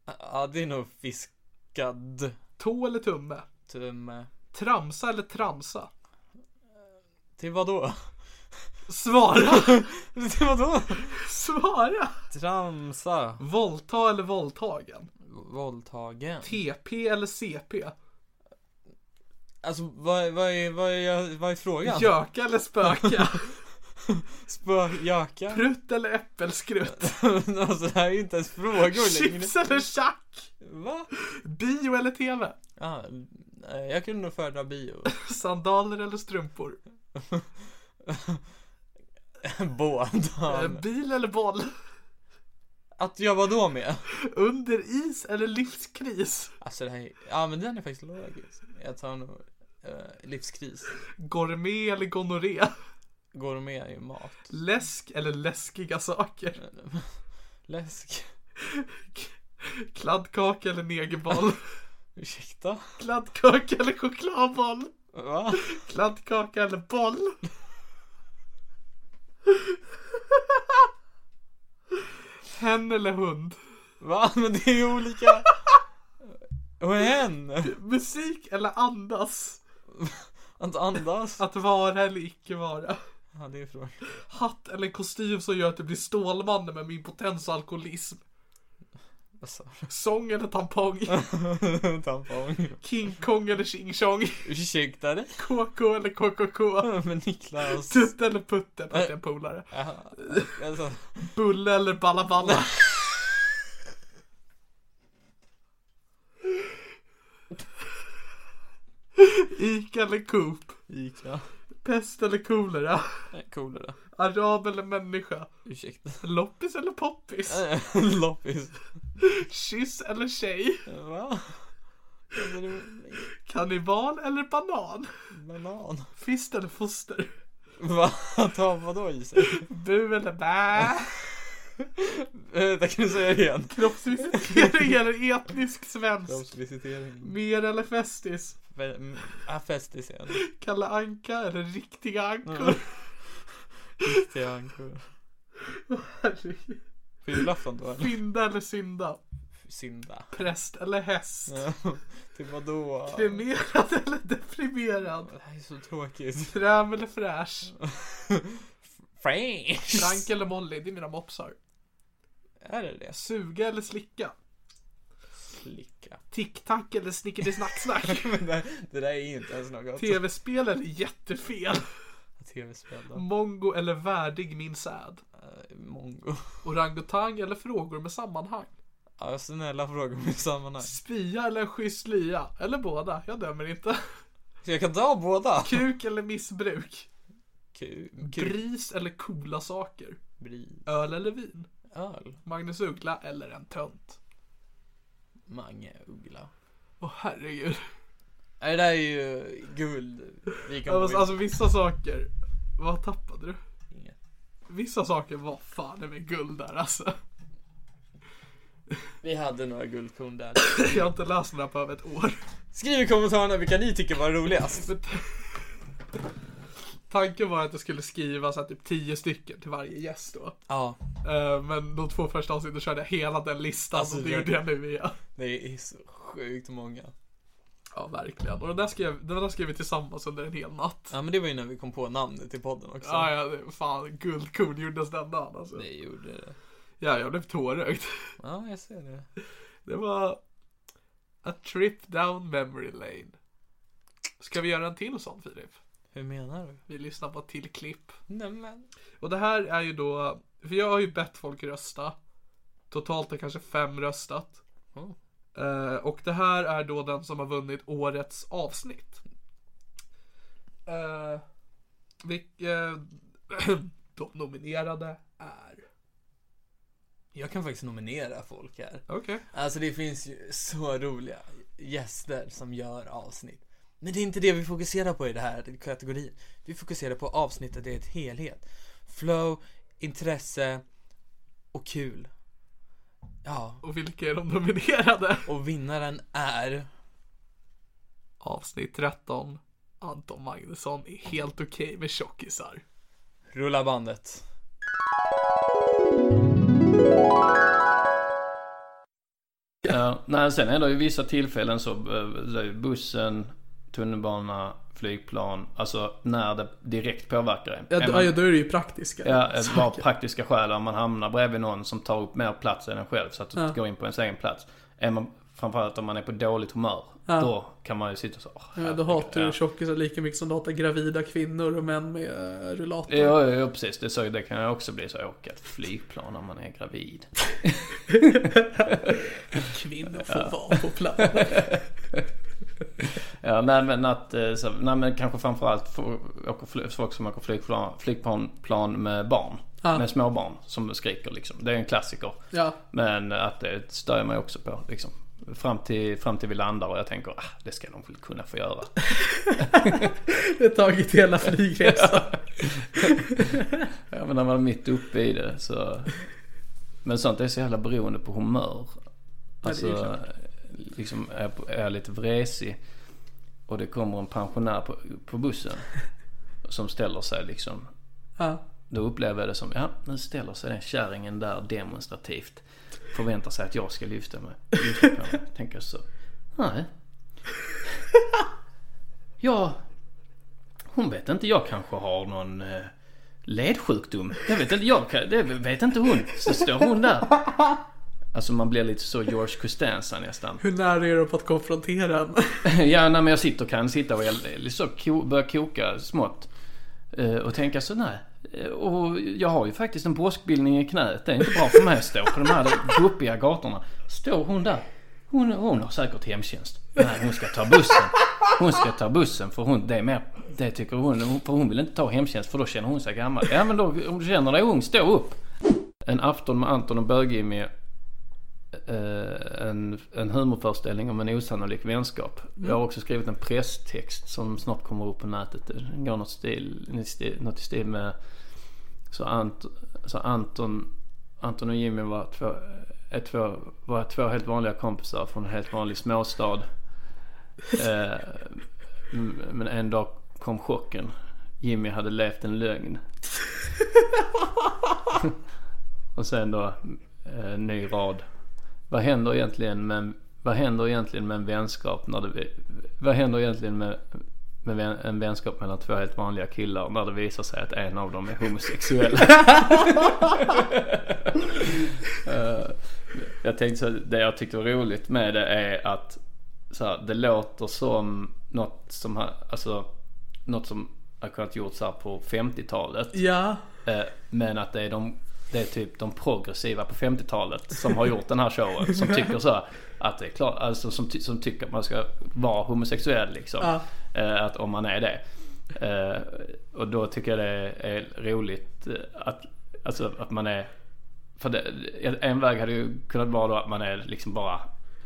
Ja, ah, det är nog fiskad. Tå eller tumme? Tumme. Eh, Tramsa eller tramsa? Till vad då? [LAUGHS] Svara! [LAUGHS] Till vad då? Svara! Tramsa. Våldta eller våldtagen? Våldtagen. TP eller CP? Alltså vad, vad, är, vad, är, vad är frågan? Göka eller spöka? Spöjöka? Prutt eller äppelskrutt? [LAUGHS] alltså det här är ju inte ens frågor längre. Chips eller tjack? Va? Bio eller TV? Ah, nej, jag kunde nog föredra bio. Sandaler eller strumpor? [LAUGHS] Eh, Båda. Bil eller boll? Att jag var då med? Under is eller livskris? Alltså det här är, ja men den är faktiskt logisk. Jag tar nog eh, livskris. Gourmet eller gonorré? Går med är ju mat. Läsk eller läskiga saker? Läsk. [LAUGHS] Kladdkaka eller negerboll? Ursäkta? Kladdkaka eller chokladboll? Va? Kladdkaka eller boll? Hen eller hund? Va? Men det är ju olika... Och en! Musik eller andas? Att andas? Att vara eller icke vara? Ja, det är frågan. Hatt eller kostym som gör att du blir Stålmannen med min potens och alkoholism? Vad sa Sång eller tampong? du? [LAUGHS] Tampong. King Kong eller Ching Chong? Ursäkta dig? KK eller KKK? Men Niklas... Tutte eller Putte? Putte är en polare. Ja, Alltså, Bulle eller Balla Balla? Ica eller Coop? Ica. Pest eller kolera? Nej, Kolera. Arab eller människa? Ursäkta. [LAUGHS] Loppis eller poppis? Loppis. Kyss eller tjej? Va? Alltså, det är Kannibal eller banan? Banan. Fist eller foster? Va? Ta vadå i sig? Bu eller bä? Eh, Vänta, kan du säga det igen? Kroppsvisitering eller etnisk svensk? Kroppsvisitering. Mer eller festis? Fe- mm, ah, Festis igen. Kalle Anka eller riktiga ankor? Riktiga ankor. Herregud. Julafton då eller? Fynda eller synda? Synda. Präst eller häst? Ja, Typ vadå? Deprimerad [LAUGHS] eller deprimerad? Det här är så tråkigt. Främ eller fräsch? French! Frank eller Molly? Det är mina mopsar. Är det det? Suga eller slicka? Slicka. [LAUGHS] Tic-tac [LAUGHS] eller snickety-snack-snack? Men det, det där är inte ens något. Tv-spel eller jättefel? Tv-spel då? Mongo eller värdig min säd? Eh, Mongo. Orangutang eller frågor med sammanhang? Ja, snälla frågor med sammanhang. Spia eller en schysst lya? Eller båda, jag dömer inte. [LAUGHS] Så jag kan ta båda? Kuk eller missbruk? Kul. Kul. Bris eller coola saker? Bri. Öl eller vin? Öl. Magnus Uggla eller en tönt? Mange Uggla. Åh herregud. Nej, Det där är ju guld. Vi kan Alltså, alltså gå alltså, vissa saker, vad tappade du? Inget. Vissa saker var fan med guld där alltså. Vi hade några guldkorn där. Jag har inte läst den här på över ett år. Skriv i kommentarerna vilka ni tycker var [LAUGHS] roligast. Men t- Tanken var att jag skulle skriva så här, typ 10 stycken till varje gäst då. Ja, Eh, Men de två första avsnitten körde jag hela den listan Alltså, och det jag- gjorde jag nu igen. det är så sjukt många. Ja, verkligen. Och den där skrev, den där skrev vi tillsammans under en hel natt. Ja men det var ju när vi kom på namnet i podden också. Ja, ja, det- fan guldkorn gjordes den dagen alltså. Det gjorde det. Ja, jag blev tårögd. Ja, jag ser det. Det var A trip down memory lane. Ska vi göra en till sån Filip? Hur menar du? Vi lyssnar på ett till klipp. Nämen. Och det här är ju då, för jag har ju bett folk rösta. Totalt har kanske fem röstat. Oh. Eh, och det här är då den som har vunnit årets avsnitt. Uh, eh, [CLEARS THROAT] de nominerade är... Jag kan faktiskt nominera folk här. Okej. Alltså det finns ju så roliga gäster som gör avsnitt. Men det är inte det vi fokuserar på i den här kategorin. Vi fokuserar på avsnittet i ett helhet. Flow, intresse och kul. Ja, Och vilka är de nominerade? och vinnaren är... Avsnitt 13. Anton Magnusson är helt okej med tjockisar. Rulla bandet. Ja, nej, sen är det ju vissa tillfällen så eh, det är ju bussen, tunnelbana, flygplan. Alltså när det direkt påverkar en. Är man- då är det ju praktiska. Ja, eh, bara praktiska skäl. Om man hamnar bredvid någon som tar upp mer plats än en själv så att du Ja. går in på ens egen plats. Är man, framförallt om man är på dåligt humör. Då kan man ju sitta så. åh, Ja, då herregud, hatar ja. du tjockisar lika mycket som du hatar gravida kvinnor och män med eh, rullator. Ja, ja, ja, precis. Det, är så, det kan jag också bli så. Jag Åka ett flygplan när man är gravid. [LAUGHS] Kvinnor får vara på plats. Ja, nej men att, eh, så, nej men kanske framförallt för, åker, fly- folk som åker flygplan, flygplan plan med barn. Ja. Med små barn som skriker liksom. Det är en klassiker. Ja. Men eh, att det stör jag mig också på liksom. Fram till, fram till vi landar och jag tänker ah, det ska de väl kunna få göra. Det har tagit hela flygresan. ja, men när man är mitt uppe i det så. Men sånt är så jävla beroende på humör. det är Alltså, liksom är, på- är lite vresig och det kommer en pensionär på, på bussen som ställer sig liksom. Ja. Då upplever jag det som, ja nu ställer sig den kärringen där demonstrativt. Förväntar sig att jag ska lyfta mig. Lyfta på mig. Tänker så, [LAUGHS] nej. Ja, hon vet inte, jag kanske har någon eh, ledsjukdom. Jag vet inte, jag kan, det vet inte hon. Så står hon där. Alltså man blir lite så George Costanza nästan. Hur nära är du på att konfrontera en? [LAUGHS] ja, nej, men jag sitter kan sitta och el- så ko, börja koka smått. Eh, Och tänka så nej. Eh, Och jag har ju faktiskt en påskbildning i knät. Det är inte bra för mig att stå på de här guppiga gatorna. Står hon där. Hon, hon har säkert hemtjänst. Nej, hon ska ta bussen. Hon ska ta bussen för hon, det är mer, det tycker hon, hon- för hon vill inte ta hemtjänst för då känner hon sig gammal. Ja men då, om du känner dig ung, stå upp. En afton med Anton och Bög-Jimmy eh, en, en humorföreställning om en osannolik vänskap. Jag har också skrivit en presstext som snart kommer upp på nätet. Den går något, stil, i stil- något i stil med... Så, Ant, så Anton, Anton och Jimmy var två, är två, var två helt vanliga kompisar från en helt vanlig småstad. Eh, m- men en dag kom chocken. Jimmy hade levt en lögn. och sen då eh, ny rad. Vad händer egentligen med en, vad händer egentligen med en vänskap när det, vad händer egentligen med, med vän- en vänskap mellan två helt vanliga killar när det visar sig att en av dem är homosexuell? Eh, jag tänkte så här, det jag tyckte var roligt med det är att så här, det låter som något som, har- alltså, något som har kunnat gjorts här på 50-talet. Ja. Eh, Men att det är de det är typ de progressiva på 50-talet som har gjort den här showen. Som tycker så här, att det är klart, alltså som, ty- som tycker att man ska vara homosexuell liksom. Ja. Eh, Att om man är det. Eh, Och då tycker jag det är roligt eh, att, alltså, att man är... För det, en väg hade ju kunnat vara då att man är liksom bara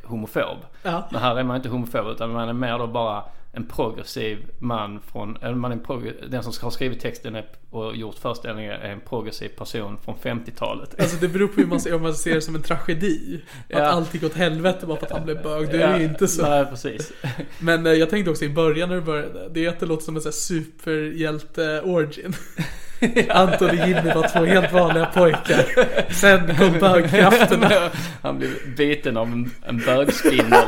homofob. Ja. Men här är man inte homofob utan man är mer då bara en progressiv man från, eller man är en prog- den som har skrivit texten är, och gjort föreställningen är en progressiv person från 50-talet. [LAUGHS] Alltså det beror på hur man ser, om man ser det som en tragedi. Ja. Att allt gick åt helvete bara för att han blev bög. Det är ju inte så. Nej, precis. Men eh, jag tänkte också i början när du började, det är att det låter som en sån här [LAUGHS] superhjälte-origin. Anton och Jimmy var två helt vanliga pojkar. Sen kom bögkrafterna. [LAUGHS] Han blev biten av en, en bögspindel.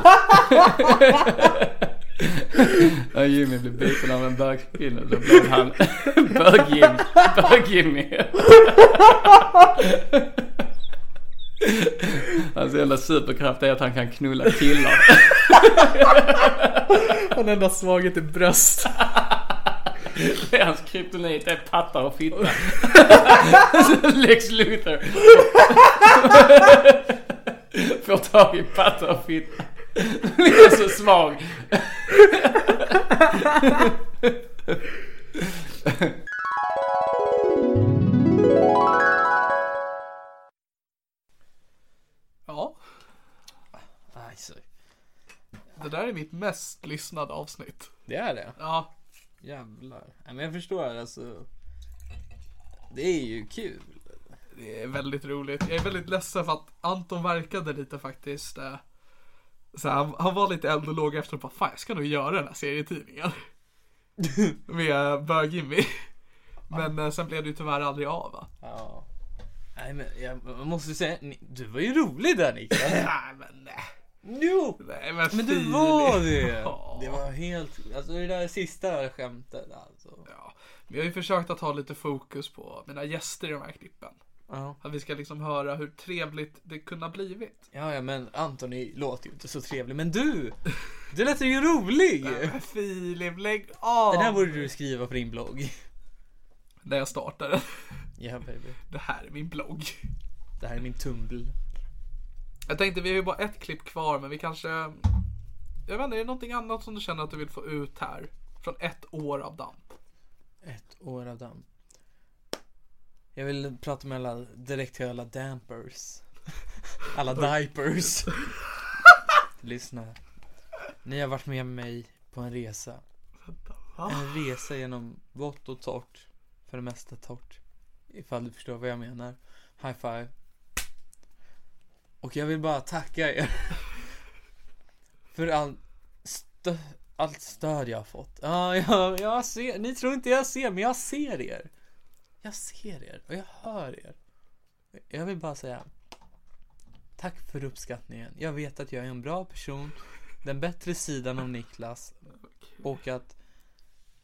Ja, Jimmy blev biten av en bögspindel. Då blev han [LAUGHS] bög-Jimmy. Bög-Jimmy. Hans enda superkraft är att han kan knulla killar. Han enda svaghet i bröst. Det är Hans kryptonit är pattar och fitta. Lex Luthor. Får tag i pattar och fitta. Blir så svag. Ja, Aj, sorry. det där är mitt mest lyssnade avsnitt. Det är det? Ja, Jävlar. Nej, men jag förstår alltså. Det är ju kul. det är väldigt roligt. Jag är väldigt ledsen för att Anton verkade lite faktiskt eh, så här, han, han var lite eld och låg efter och bara Fan jag ska nog göra den här serietidningen. Med eh, bög-Jimmy. Men eh, sen blev det ju tyvärr aldrig av va? Ja. Nej men jag jag måste säga, ni- du var ju rolig där Niklas. Nej men nej. Jo! nej men, Men Filip. du var det! Ja. Det var helt, alltså det där sista skämtet alltså. Ja. Vi har ju försökt att ha lite fokus på mina gäster i de här klippen. Ja. Att vi ska liksom höra hur trevligt det kunde ha blivit. Ja, ja men Antoni låter ju inte så trevlig, men du! Du lät ju rolig! Men Filip, lägg av! Det där borde du skriva på din blogg. När jag startade. Ja baby. Det här är min blogg. Det här är min tumble. Jag tänkte, vi har ju bara ett klipp kvar, men vi kanske... Jag vet inte, är det någonting annat som du känner att du vill få ut här? Från ett år av damp. Ett år av damp. Jag vill prata med alla, direkt till alla dampers. Alla diapers. Lyssna. Ni har varit med mig på en resa. En resa genom vått och torrt. För det mesta torrt. Ifall du förstår vad jag menar. High five. Och jag vill bara tacka er. [LAUGHS] För all stö, allt stöd jag har fått. Ja, jag, jag ser, ni tror inte jag ser, men jag ser er. Jag ser er och jag hör er. Jag vill bara säga Tack för uppskattningen. Jag vet att jag är en bra person, den bättre sidan av Niklas och att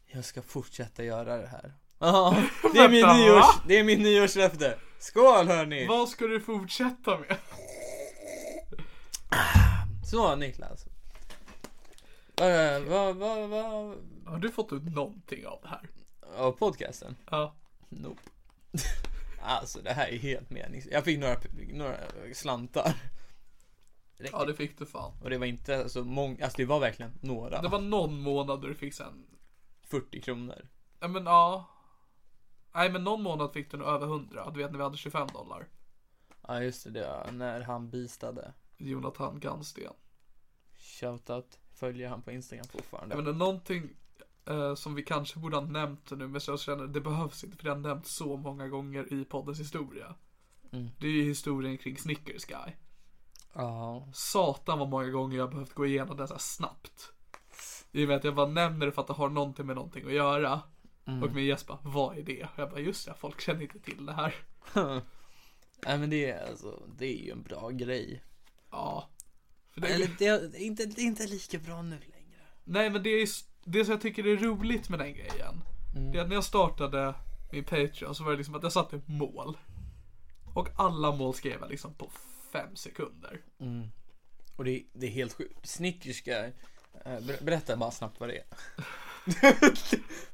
jag ska fortsätta göra det [LAUGHS] här. Ja, det är min Vänta, va? nyårs, det är min nyårslöfte. Skål hörni! Vad ska du fortsätta med? Så Niklas. Vad, vad, vad, vad, Har du fått ut någonting av det här? av podcasten? Ja. Nope. [LAUGHS] Alltså det här är helt meningslöst. Jag fick några, några slantar. Ja, det fick du fan. Och det var inte så många, alltså det var verkligen några. Det var någon månad då du fick sen. 40 kronor. Ja, men ja. Nej, men någon månad fick du nog över 100. Du vet när vi hade 25 dollar. Ja just det, det, var när han bistade. Jonathan Gansten. Shoutout, följer han på Instagram fortfarande. Jag menar någonting eh, som vi kanske borde ha nämnt nu, men så jag känner det behövs inte för det har nämnts så många gånger i poddens historia. Det är ju historien kring Snickers guy. Ja. Satan vad många gånger jag har behövt gå igenom det så här snabbt. I och med att jag bara nämner det för att det har någonting med någonting att göra. Och min gäst bara, vad är det? Och jag bara, just det, folk känner inte till det här. Nej men det är alltså, det är ju en bra grej. Ja. För det, Eller det är inte, det är inte lika bra nu längre. Nej men det är s- det som jag tycker är roligt med den grejen. Det är att när jag startade min Patreon så var det liksom att jag satte upp mål. Och alla mål skrev jag liksom på fem sekunder. Och det, det är helt sjukt. Snickers guy. Eh, ber- Berätta bara snabbt vad det [LAUGHS] är.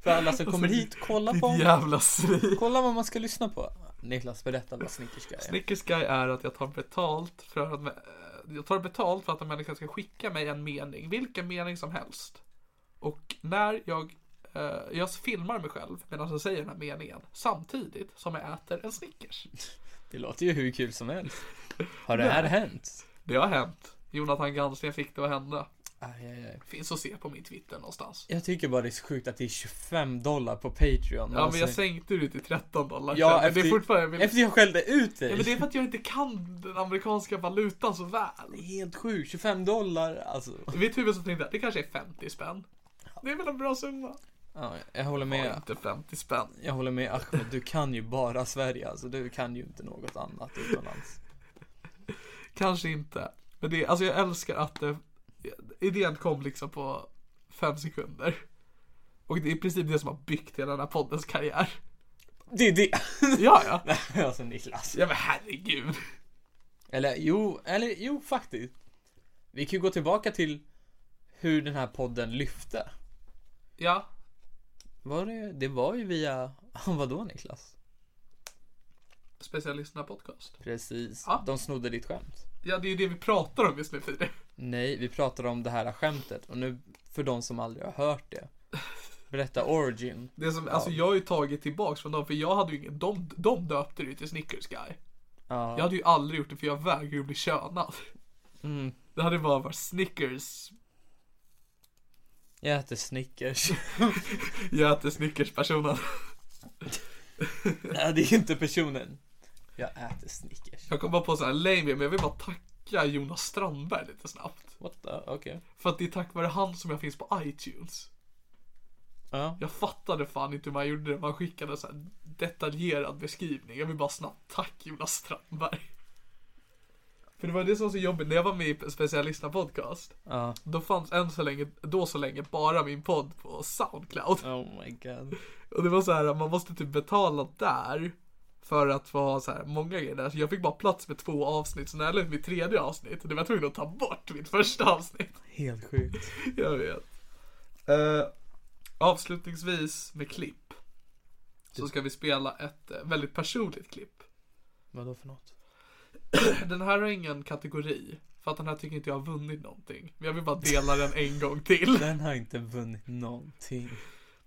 För alla som kommer hit, kolla Alltså, Ditt på, jävla svin. kolla vad man ska lyssna på. Niklas, berätta vad Snickers guy är. Snickers guy är att jag tar betalt för att eh, jag tar betalt för att en människa ska skicka mig en mening, vilken mening som helst. Och när jag, eh, jag filmar mig själv medan jag säger den här meningen samtidigt som jag äter en Snickers. Det låter ju hur kul som helst. Har det här hänt? Det har hänt. Jonathan Gansten fick det att hända. Aj, aj, aj. Finns att se på min Twitter någonstans. Jag tycker bara det är så sjukt att det är 25 dollar på Patreon. Ja, men jag Alltså, sänkte det till 13 dollar. Ja, men det efter- är fortfarande... Men, Efter jag skällde ut dig. ja, men det är för att jag inte kan den amerikanska valutan så väl. Helt sjukt, 25 dollar alltså. I mitt huvud så tänkte jag, det kanske är 50 spänn. Det är väl en bra summa? Ja, jag håller Ja, med. inte 50 spänn. Jag håller med Ahmed, du kan ju bara Sverige alltså. Du kan ju inte något annat utomlands. Kanske inte. Men det, alltså jag älskar att det, idén kom liksom på fem sekunder. Och det är i princip det som har byggt hela den här poddens karriär. Det är det! Ja, [LAUGHS] ja. alltså Niklas. Ja, men herregud. Eller jo, eller jo faktiskt. Vi kan ju gå tillbaka till hur den här podden lyfte. Ja, Var det, det var ju via, [LAUGHS] vadå Niklas? specialisterna podcast. Precis, Ja. de snodde ditt skämt. Ja, det är ju det vi pratar om just nu, Fide. Nej, vi pratar om det här skämtet och nu för de som aldrig har hört det. Berätta origin. Det som, alltså jag har ju tagit tillbaks från dem för jag hade ju ingen, de, de döpte det ju till Snickers guy. Jag hade ju aldrig gjort det för jag vägrar ju bli könad. Det hade bara varit Snickers, Jag äter [LAUGHS] Snickers. jag äter Snickers personen. Nej, det är inte personen. Jag äter Snickers. Jag kom bara på så här lame men jag vill bara tacka Jonas Strandberg lite snabbt. What the, okej. För att det är tack vare han som jag finns på iTunes. Ja. Jag fattade fan inte hur man gjorde det, man skickade en så här detaljerad beskrivning. Jag vill bara snabbt tack Jonas Strandberg. För det var det som var så jobbigt när jag var med i specialisterna podcast. Ja. Då fanns än så länge, då så länge bara min podd på Soundcloud. Oh my god. Och det var så här att man måste typ betala där. För att få ha så här många grejer där. Så jag fick bara plats med två avsnitt. Så när jag la ut mitt tredje avsnitt, det var jag tvungen att ta bort mitt första avsnitt. Helt sjukt. Jag vet. Eh, avslutningsvis med klipp. Så ska vi spela ett eh, väldigt personligt klipp. Vadå för något? Den här har ingen kategori. För att den här tycker inte jag har vunnit någonting. Men jag vill bara dela den en gång till. Den har inte vunnit någonting.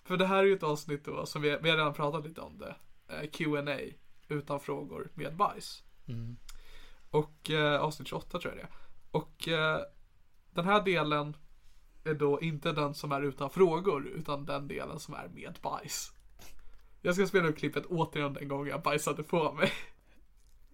För det här är ju ett avsnitt då som vi, vi har redan pratat lite om det. Eh, Q&A utan frågor med bajs. Mm. Och eh, avsnitt 28 tror jag det är. Och eh, den här delen är då inte den som är utan frågor utan den delen som är med bajs. Jag ska spela upp klippet återigen den gången jag bajsade på mig.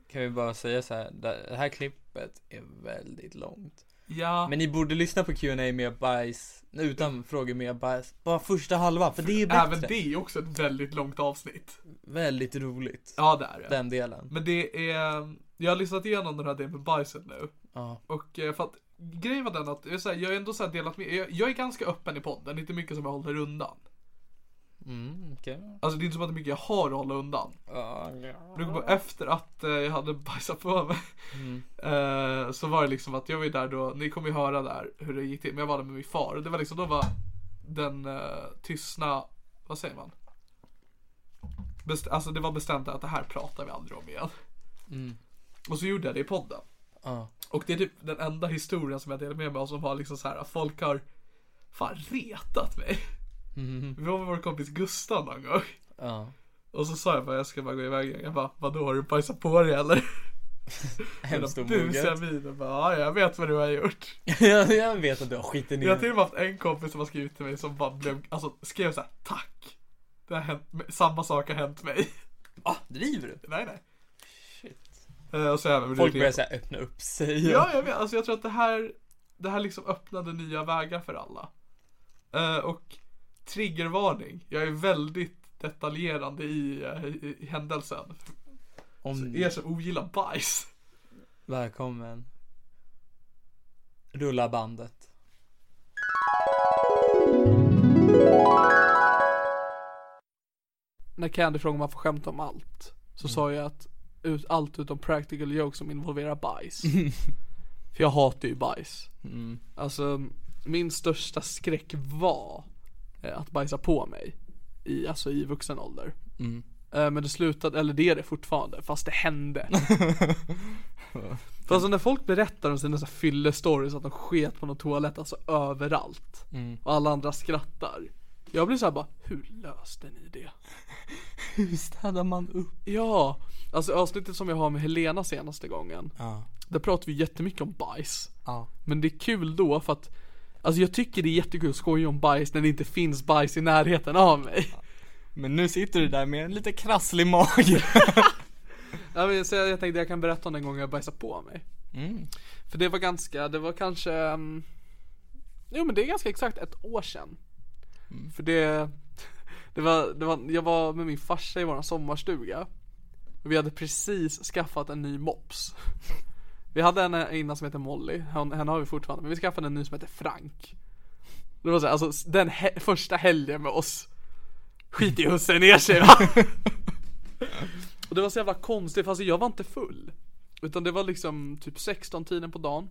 Kan vi bara säga så här, det här klippet är väldigt långt. Ja, Men ni borde lyssna på Q&A med bajs, nej, utan frågor med bajs. Bara första halvan, för det är även bättre. det är också ett väldigt långt avsnitt. Väldigt roligt. Ja, det är det. Den delen. Men det är, jag har lyssnat igenom den här delen med bajset nu. Ja. Och eh, för att grejen var den att jag, är så här, jag har ändå så här delat med jag, jag är ganska öppen i podden, inte mycket som jag håller undan. Mm, okej. Alltså det är inte som att det är mycket jag har att hålla undan. Ja, Nu bara efter att eh, jag hade bajsat på mig. eh, så var det liksom att jag var ju där då, ni kommer ju höra där hur det gick till. Men jag var där med min far och det var liksom då var den eh, tystna, vad säger man? Best, alltså det var bestämt att det här pratar vi aldrig om igen. Och så gjorde jag det i podden. Ja. Och det är typ den enda historien som jag delar med mig av som har liksom så här att folk har fan retat mig. Vi var med vår kompis Gustav någon gång. Mm, ja. Och så sa jag bara jag ska bara gå iväg igen. Jag bara vadå har du bajsat på dig [LAUGHS] eller? Hemskt Den busiga omoget. minen bara ja jag vet vad du har gjort. Ja, [LAUGHS] jag vet att du har skiten Jag har till i och med haft en kompis som har skrivit till mig som bara blev, alltså skrev såhär tack. Det har hänt, mig- samma sak har hänt mig. [LAUGHS] ah, Driver du? nej nej. Shit. Eh, och så även Folk börjar såhär öppna upp sig. Ja, jag vet. Alltså jag tror att det här, det här liksom öppnade nya vägar för alla. Eh, och triggervarning. Jag är väldigt detaljerande i, eh, i, i händelsen. Så Om er som ogillar bajs. Välkommen. Rulla bandet. När Candy frågade om man får skämta om allt. Så sa jag att ut, allt utom practical jokes som involverar bajs. för jag hatar ju bajs. Alltså min största skräck var eh, att bajsa på mig. I, alltså i vuxen ålder. Eh, Men det slutade, eller det är det fortfarande, fast det hände. För alltså när folk berättar om sina så här fyllestories att de sket på någon toalett, alltså överallt. Och alla andra skrattar. Jag blir såhär bara, hur löste ni det? Hur städar man upp? Ja, alltså avsnittet som jag har med Helena senaste gången. Ja. Där pratar vi jättemycket om bajs. Ja. Men det är kul då för att Alltså jag tycker det är jättekul att skoja om bajs när det inte finns bajs i närheten av mig. Men nu sitter du där med en lite krasslig mage. Ja, men, så jag, jag tänkte jag kan berätta om den gången jag bajsade på mig. För det var ganska, det var kanske mm, Jo men det är ganska exakt ett år sedan. För det, [LAUGHS] det var, det var, jag var med min farsa i våran sommarstuga. Och vi hade precis skaffat en ny mops. [LAUGHS] Vi hade en innan som hette Molly, hon- henne har vi fortfarande, men vi skaffade en ny som hette Frank. Det var så här, alltså den he- första helgen med oss. Skit i husse ner sig va? [LAUGHS] Och det var så jävla konstigt, för alltså jag var inte full. Utan det var liksom typ 16 tiden på dagen.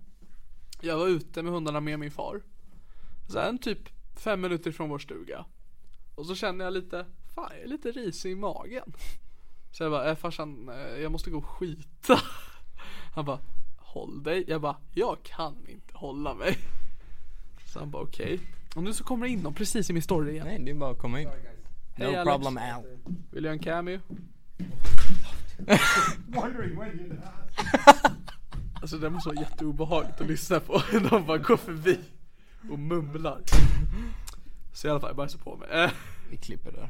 Jag var ute med hundarna med min far. Sen typ fem minuter från vår stuga. Och så känner jag lite, fan jag är lite risig i magen. Så jag bara, äh, farsan eh, jag måste gå och skita. [LAUGHS] Han bara, håll dig. Jag bara, jag kan inte hålla mig. Så han bara okej. Och nu så kommer det in någon precis i min story igen. [LAUGHS] Nej, det är bara att komma in. No Alex. problem Al. Vill du göra en cameo? alltså det måste vara jätteobehagligt att lyssna på. [LAUGHS] De bara går förbi och mumlar. Så i alla fall, jag bajsade på mig. Eh, Vi klipper där.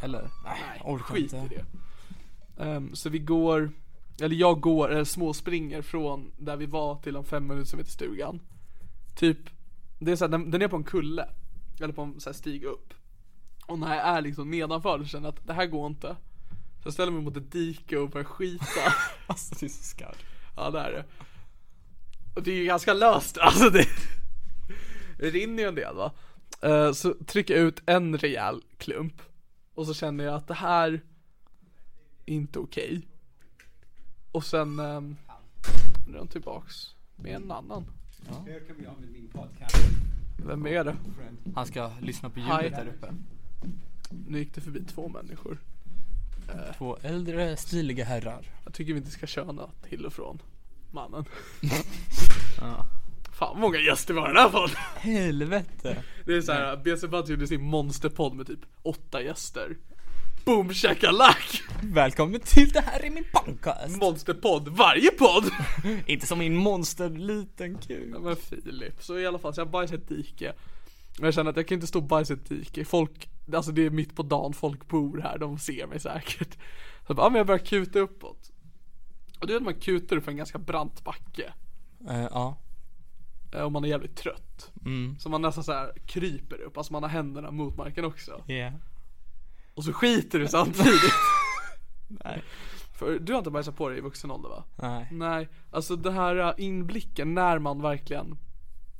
Eller? nej, orkar skit inte. i det. Ehm, så vi går, eller jag går, eller småspringer från där vi var till de fem minuter som är till stugan. Typ, det är så här, den, den är på en kulle. Eller på en så här, stig upp. Och när jag är liksom nedanför så känner jag att det här går inte. Så jag ställer mig mot ett dike och börjar skita. [LAUGHS] Alltså det är så skarpt. Ja det är det. Och det är ju ganska löst, [LAUGHS] alltså det det rinner ju en del va. Eh, Så trycker jag ut en rejäl klump. Och så känner jag att det här är inte okej. Och sen, ehm, nu är de tillbaks med en annan. Vem är det? Han ska lyssna på Hi. ljudet där uppe. Nu gick det förbi två människor. Två äldre stiliga herrar. Jag tycker vi inte ska köna till och från [LAUGHS] mannen. Fan vad många gäster vi har i den här podden. Helvete. Det är såhär, BC Buds gjorde sin monsterpodd med typ åtta gäster. Boom shakalak! Välkommen till det här är min podcast. Monsterpodd varje podd! Inte som min monsterliten ja, kul. men Filip, så i alla fall så jag bajsade i ett dike. Men jag känner att jag kan inte stå och bajsa i ett dike. Folk, alltså det är mitt på dagen, folk bor här, de ser mig säkert. Så jag bara, ja, men jag börjar kuta uppåt. Och du vet man kutar upp för en ganska brant backe. Eh, ja. Eh, om man är jävligt trött. Mm. Så man nästan så här kryper upp, alltså man har händerna mot marken också. Ja. Och så skiter [LAUGHS] du samtidigt. Nej. För du har inte bajsat på dig i vuxen ålder va? Nej. [LAUGHS] Nej, alltså det här eh, inblicken när man verkligen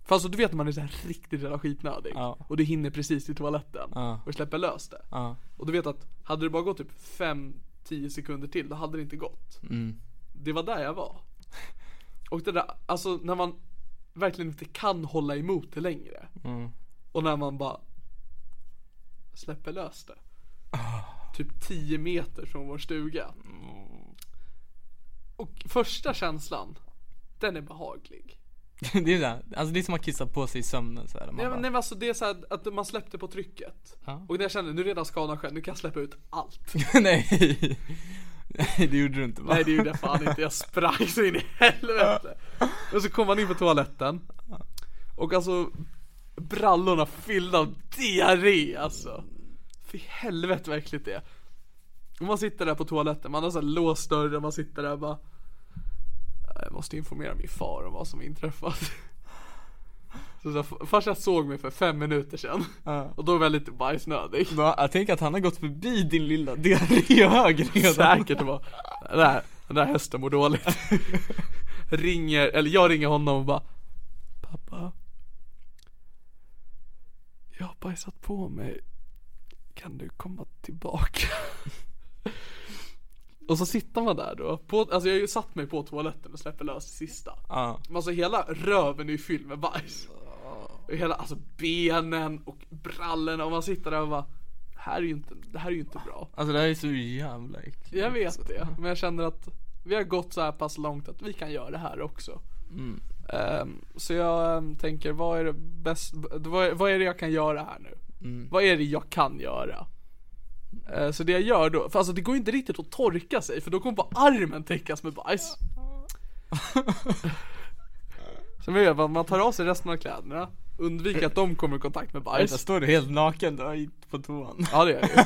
För alltså du vet när man är så här riktigt jävla skitnödig Ja. och du hinner precis till toaletten Ja. och släpper lös det. Ja. Och du vet att hade det bara gått typ 5-10 sekunder till då hade det inte gått. Mm. Det var där jag var. Och det där, alltså när man verkligen inte kan hålla emot det längre. Mm. Och när man bara släpper lös det. Ah. Typ 10 meter från vår stuga. Mm. Och första känslan, den är behaglig. det är såhär, alltså det är som att kissa på sig i sömnen såhär. Man Nej, men- bara, nej men alltså det är så här att man släppte på trycket. Ja. Och när jag kände, nu är redan skadan skedd, nu kan jag släppa ut allt. [LAUGHS] nej. nej, det gjorde du inte va? Nej det gjorde jag fan inte, jag sprang så in i helvete. Och så kom man in på toaletten. Och alltså brallorna fyllda av diarré alltså. Fy helvete vad äckligt det är. Och man sitter där på toaletten, man har så här låst dörren, man sitter där och bara. Jag måste informera min far om vad som inträffat. Så, så här, farsan såg mig för fem minuter sedan. Ja. Och då var jag lite bajsnödig. Va? Jag tänker att han har gått förbi din lilla diarréhög redan. Säkert det var den här, den här hästen [LAUGHS] mår dåligt Ringer, eller jag ringer honom och bara Pappa Jag har bajsat på mig Kan du komma tillbaka? Och så sitter man där då, på, alltså jag har ju satt mig på toaletten och släpper lös det sista Ja. Men Alltså hela röven är ju fylld med bajs Och Hela, alltså benen och brallorna och man sitter där och bara "Det här är ju inte, det här är ju inte bra Alltså det här är så jävla äckligt. jag vet det, men jag känner att vi har gått så här pass långt att vi kan göra det här också. Ehm, så jag ehm, tänker, vad är det bäst, vad, är- vad är det jag kan göra här nu? Vad är det jag kan göra? Eh, så det jag gör då, för alltså det går ju inte riktigt att torka sig för då kommer bara armen täckas med bajs. så vad gör man? Man tar av sig resten av kläderna, undviker att de kommer i kontakt med Vänta, bajs. står du helt naken då i- på toan? Ja det gör jag ju.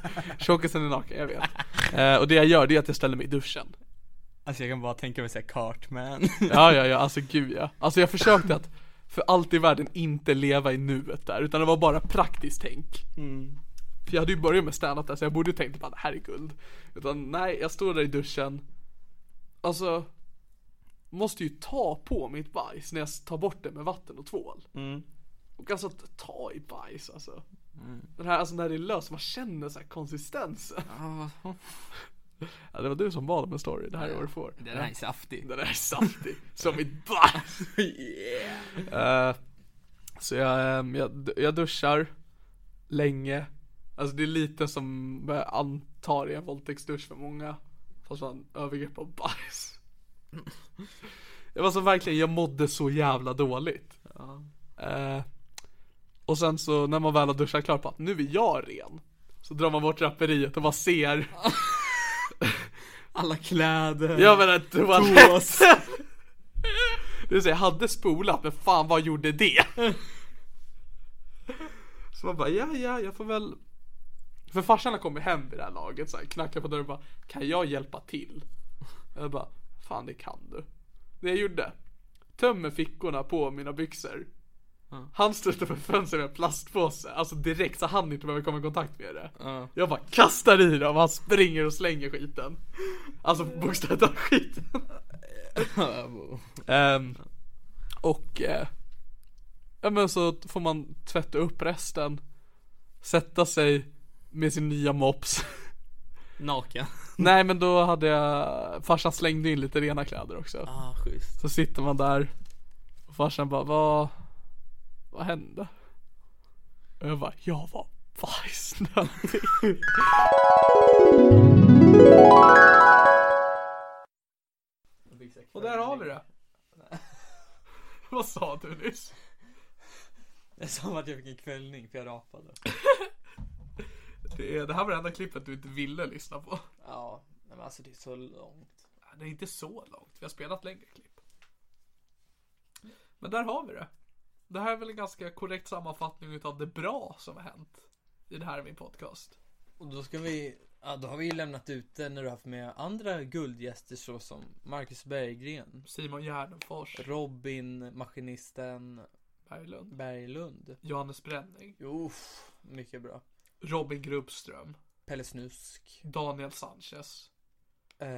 [LAUGHS] Tjockisen är naken, jag vet. Eh, och det jag gör det är att jag ställer mig i duschen. Alltså jag kan bara tänka mig såhär Cartman. [LAUGHS] Ja, ja, ja, alltså gud ja. Alltså jag försökte att för allt i världen inte leva i nuet där, utan det var bara praktiskt tänk. För jag hade ju börjat med standup där, så jag borde ju tänkt att det här är guld. Utan nej, jag står där i duschen. Alltså, måste ju ta på mitt bajs när jag tar bort det med vatten och tvål. Och alltså att ta i bajs alltså. Den här, alltså när det är löst, man känner så här konsistensen. Ja, det var du som bad om en story, det här är vad du får. Den här är saftig. Den är saftig som mitt [LAUGHS] bajs. Eh, så jag, ehm, jag, jag duschar länge. Alltså det är lite som vad jag antar är en våldtäktsdusch för många. Fast man övergrepp av bajs. Jag var så verkligen, jag mådde så jävla dåligt. Eh, och sen så när man väl har duschat klart på att nu är jag ren. Så drar man bort draperiet och [LAUGHS] bara ser Alla kläder. Jag menar toaletten! [LAUGHS] Det vill säga, jag hade spolat men fan vad gjorde det? [LAUGHS] Så man bara, ja ja, jag får väl För farsan har kommit hem vid det här laget så här, knackar på dörren och bara Kan jag hjälpa till? Jag bara, fan det kan du Det jag gjorde Tömmer fickorna på mina byxor Han stöter för fönstret med en plastpåse Alltså direkt så han inte behöver komma i kontakt med det Jag bara kastar i dem, han springer och slänger skiten Alltså bokstavligt talat skiten Ehm, och eh, ja, men så får man tvätta upp resten. Sätta sig med sin nya mops. Naken. Nej men då hade jag, farsan slängde in lite rena kläder också. Ah, schysst. Så sitter man där och farsan bara vad, vad hände? Och jag bara jag var bajsnödig. och där har vi det. [LAUGHS] vad sa du nyss? Det är som att jag fick en kvällning för jag rapade. Det, är, det här var det enda klippet du inte ville lyssna på. Ja, men alltså det är så långt. Det är inte så långt, vi har spelat längre klipp. Men där har vi det. Det här är väl en ganska korrekt sammanfattning utav det bra som har hänt i det här min podcast. Och då ska vi Ja, då har vi ju lämnat ut det när du har haft med andra guldgäster såsom Marcus Berggren, Simon Gärdenfors, Robin, maskinisten Berglund, Berglund. Johannes Bränning, Uff, mycket bra. Robin Grubbström, Pelle Snusk. Daniel Sanchez. Eh,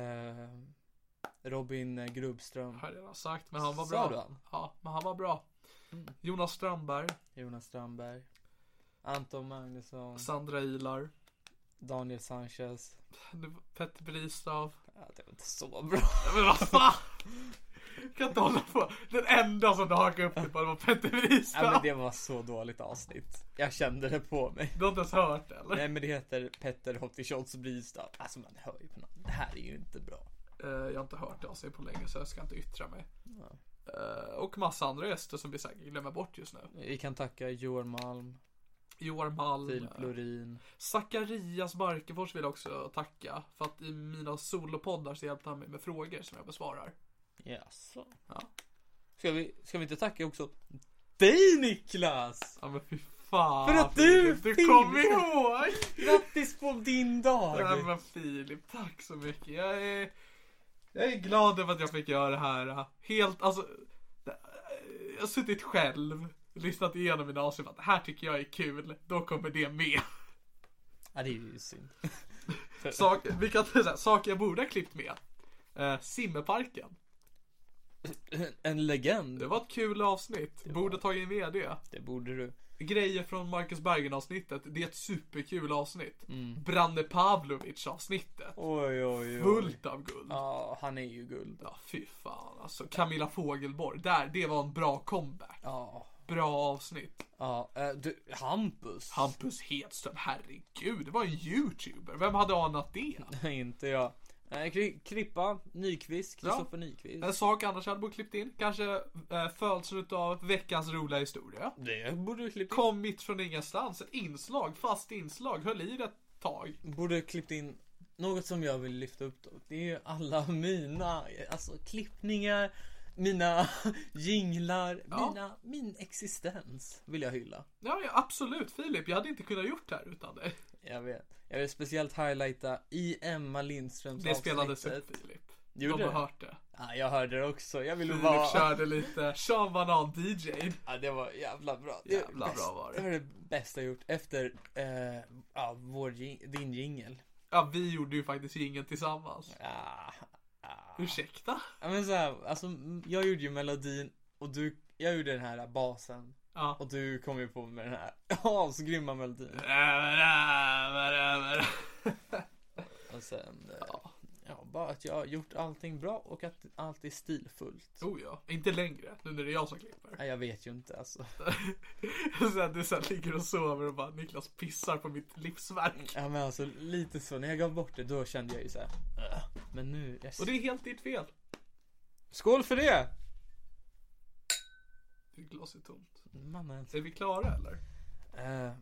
Robin Grubbström. Har jag redan sagt, men han var Mm. Sa bra. du Mm. han? Ja, men han var bra. Jonas Strandberg, Jonas Strandberg. Anton Magnusson. Sandra Ilar, Daniel Sanchez. nu- Petter Bristav. Ja, det var inte så bra. Men vad fan! Jag kan inte hålla på. Den enda som du hakade upp dig på det var Petter Bristav. Ja, men det var så dåligt avsnitt. Jag kände det på mig. Du har inte ens hört det, eller? Nej men det heter Petter Hottishotts Bristav. Alltså man hör ju på namnet. Det här är ju inte bra. Eh, Jag har inte hört det av sig på länge så jag ska inte yttra mig. Eh, Och massa andra gäster som vi säkert glömmer bort just nu. Vi kan tacka Johan Malm, Johan Malm. eh, Filip Lorin. Zacharias Barkefors vill jag också tacka. För att i mina solopoddar så hjälpte han mig med frågor som jag besvarar. Jaså? Ja. Ska vi, ska vi inte tacka också dig Niklas? Ja men fy fan. För att du Filip, Du finns! kom ihåg! Grattis på din Nej dag! men Filip, tack så mycket. Jag är, jag är glad över att jag fick göra det här. Helt, alltså. det- Jag har suttit själv, lyssnat igenom mina avsnitt. att Det här tycker jag är kul. Då kommer det med. [LAUGHS] Ja det är ju synd. Sak, vi kan säga så här, saker jag borde ha klippt med. Eh, simmerparken. En legend. Det var ett kul avsnitt. Borde tagit med det. Det borde du. Grejer från Marcus Bergen avsnittet. Det är ett superkul avsnitt. Branne Pavlovic avsnittet. Mm. Oj oj oj. Fullt av guld. Ja, han är ju guld. Ja, fy fan alltså. Camilla Fogelborg. Där, det var en bra comeback. Ja. Bra avsnitt. Ja, eh, du, Hampus. Hampus Hedström, herregud. Det var en youtuber. Vem hade anat det? Nej, [LAUGHS] inte jag. Eh, Kri- Krippa, Nyqvist, Kristoffer Nyqvist. En sak annars hade borde klippt in. Kanske eh, födelsen utav veckans roliga historia. Det borde du klippt Kom mitt från ingenstans. Ett inslag, fast inslag. Höll i det ett tag. in. Borde klippt in något som jag vill lyfta upp då. Det är ju alla mina, alltså klippningar, mina [LAUGHS] jinglar, Ja. mina, min existens vill jag hylla. Ja, ja, absolut Filip. Jag hade inte kunnat gjort det här utan dig. Jag vet. Jag vill speciellt highlighta i Emma Lindströms Det spelades upp avsnittet. Filip. Gjorde De det? har hört det. Ja, jag hörde det också. Jag ville Filip bara... körde lite Sean Banan DJ. Ja, det var jävla bra. Det var Jävla bra var det. Det var det bästa jag gjort efter eh, ja, vår, jing- din jingel. Ja, vi gjorde ju faktiskt ingen tillsammans. Ah, Ursäkta? Ja men så här, alltså mm, jag gjorde ju melodin och du, jag gjorde den här basen Ja. [LAUGHS] och du kom ju på med den här [LAUGHS] asgrymma melodin. Över, över, över. Och sen, eh, ja bara att jag har gjort allting bra och att allt är stilfullt. Oh ja, inte längre. Nu när det är jag som klipper. [LAUGHS] Nej jag vet ju inte alltså. Sen du så här ligger och sover och bara Niklas pissar på mitt livsverk. Ja men alltså lite så, när jag gav bort det då kände jag ju så här. "Ugh." Men nu, jag... Och det är helt ditt fel. Skål för det! Ditt glas är tomt. Mannen. Är vi klara eller? Eh,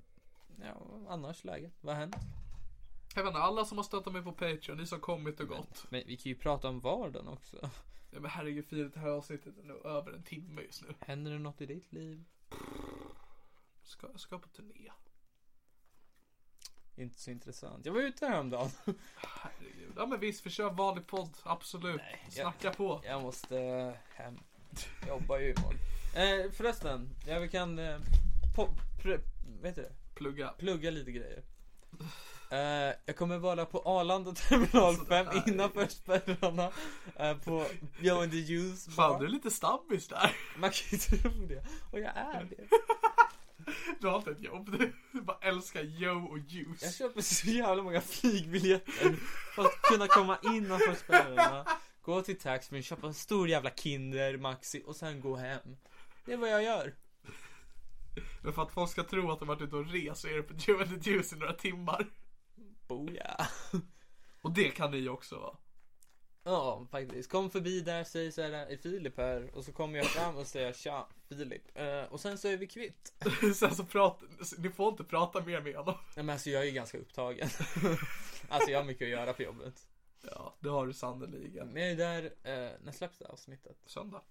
ja, annars läget, vad har hänt? Jag vet inte, alla som har stöttat mig på Patreon, ni som kommit och gått. Men vi kan ju prata om vardagen också. Ja, men herregud, firat det här avsnittet är nog över en timme just nu. Händer det något i ditt liv? Ska, jag ska på turné. Inte så intressant. Jag var ute häromdagen. Herregud. Ja men visst, vi kör vanlig podd. Absolut. Snacka på. Jag måste eh, hem. Jobbar ju imorgon. Eh, förresten, ja, vi kan eh, po- pre- vet du, det? Plugga. plugga lite grejer. Eh, jag kommer vara på Arlanda [LAUGHS] terminal 5 innanför spärrarna. Eh, på Beyond the Juice Fan, du är bar. lite stabbis där. Man kan ju tro det. Och jag är det. Du har inte ett jobb. [LAUGHS] Du bara älskar Joe och juice. Jag köper så jävla många flygbiljetter för att kunna komma innanför spärrarna. Gå till taxfree, köpa en stor jävla Kinder Maxi och sen gå hem. Det är vad jag gör. Men för att folk ska tro att de varit ute och rest så är det på Joe and the Juice i några timmar. Boja. Och det kan ni också va? [LAUGHS] Ja, faktiskt. Kom förbi där, säg så här, är Filip här? Och så kommer jag fram och säger tja, Filip. Eh, och sen så är vi kvitt. Sen så pratar, ni får inte prata mer med honom. Nej men alltså jag är ju ganska upptagen. [LAUGHS] alltså jag har mycket att göra på jobbet. Ja, det har du sannerligen. Men jag är där, eh, när släpps det avsnittet? Söndag.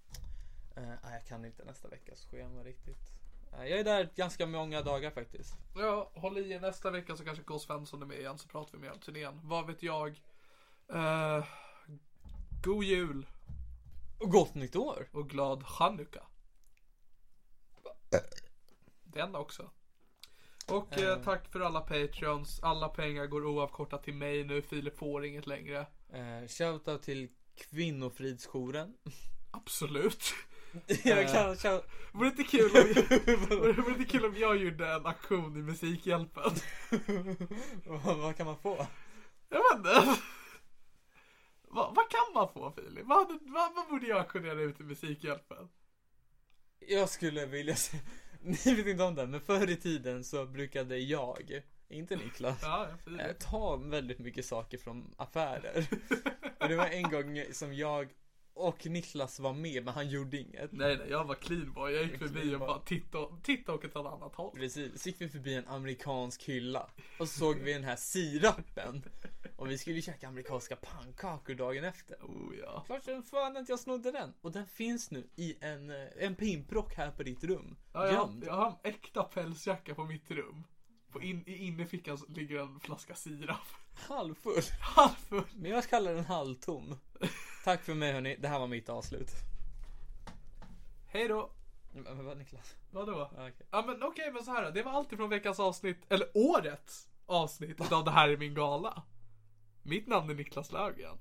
Eh, ah, jag kan inte nästa veckas schema riktigt. Eh, Jag är där ganska många dagar faktiskt. Ja, håll i er nästa vecka så kanske K. Svensson är med igen så pratar vi mer om turnén. Vad vet jag? Eh, god jul Och gott nytt år! och glad chanukka. Den också. Och eh, tack för alla patreons. Alla pengar går oavkortat till mig nu. Filip får inget längre. Eh, shoutout till Kvinnofridsjouren. [LAUGHS] Absolut. [LAUGHS] jag kan shout... Vore det inte kul om [LAUGHS] jag, vore det inte kul om jag gjorde en aktion i Musikhjälpen? vad, vad kan man få? Jag vet inte. Vad, vad kan man få Filip? Vad, hade- vad, vad borde jag auktionera ut i Musikhjälpen? Jag skulle vilja se... [LAUGHS] Ni vet inte om det, men förr i tiden så brukade jag, inte Niklas, Ja, ja, eh, Filip. ta väldigt mycket saker från affärer. och det var en gång som jag och Niklas var med, men han gjorde inget. Nej, nej, jag var clean boy. Jag gick förbi Clean och boy. bara tittade, tittade åt ett annat håll. Precis, så gick vi förbi en amerikansk hylla och så såg vi den här sirapen. Och vi skulle ju käka amerikanska pannkakor dagen efter. Oh ja. Klart som fan att jag snodde den. Och den finns nu i en, eh, en pimbrock här på ditt rum. ja jag, har- Gömd. jag har en äkta pälsjacka på mitt rum. På in, I innerfickan så ligger en flaska sirap. [LAUGHS] Halvfull. Halvfull. Men jag kallar den halvtom. Tack för mig hörni, det här var mitt avslut. Hej då. Men vad Niklas? Vadå? Ja, okej. Ja men okej men så här då. Det var allt ifrån veckans avsnitt, eller årets avsnitt av Det här är min gala. Mitt namn är Niklas Löfgren.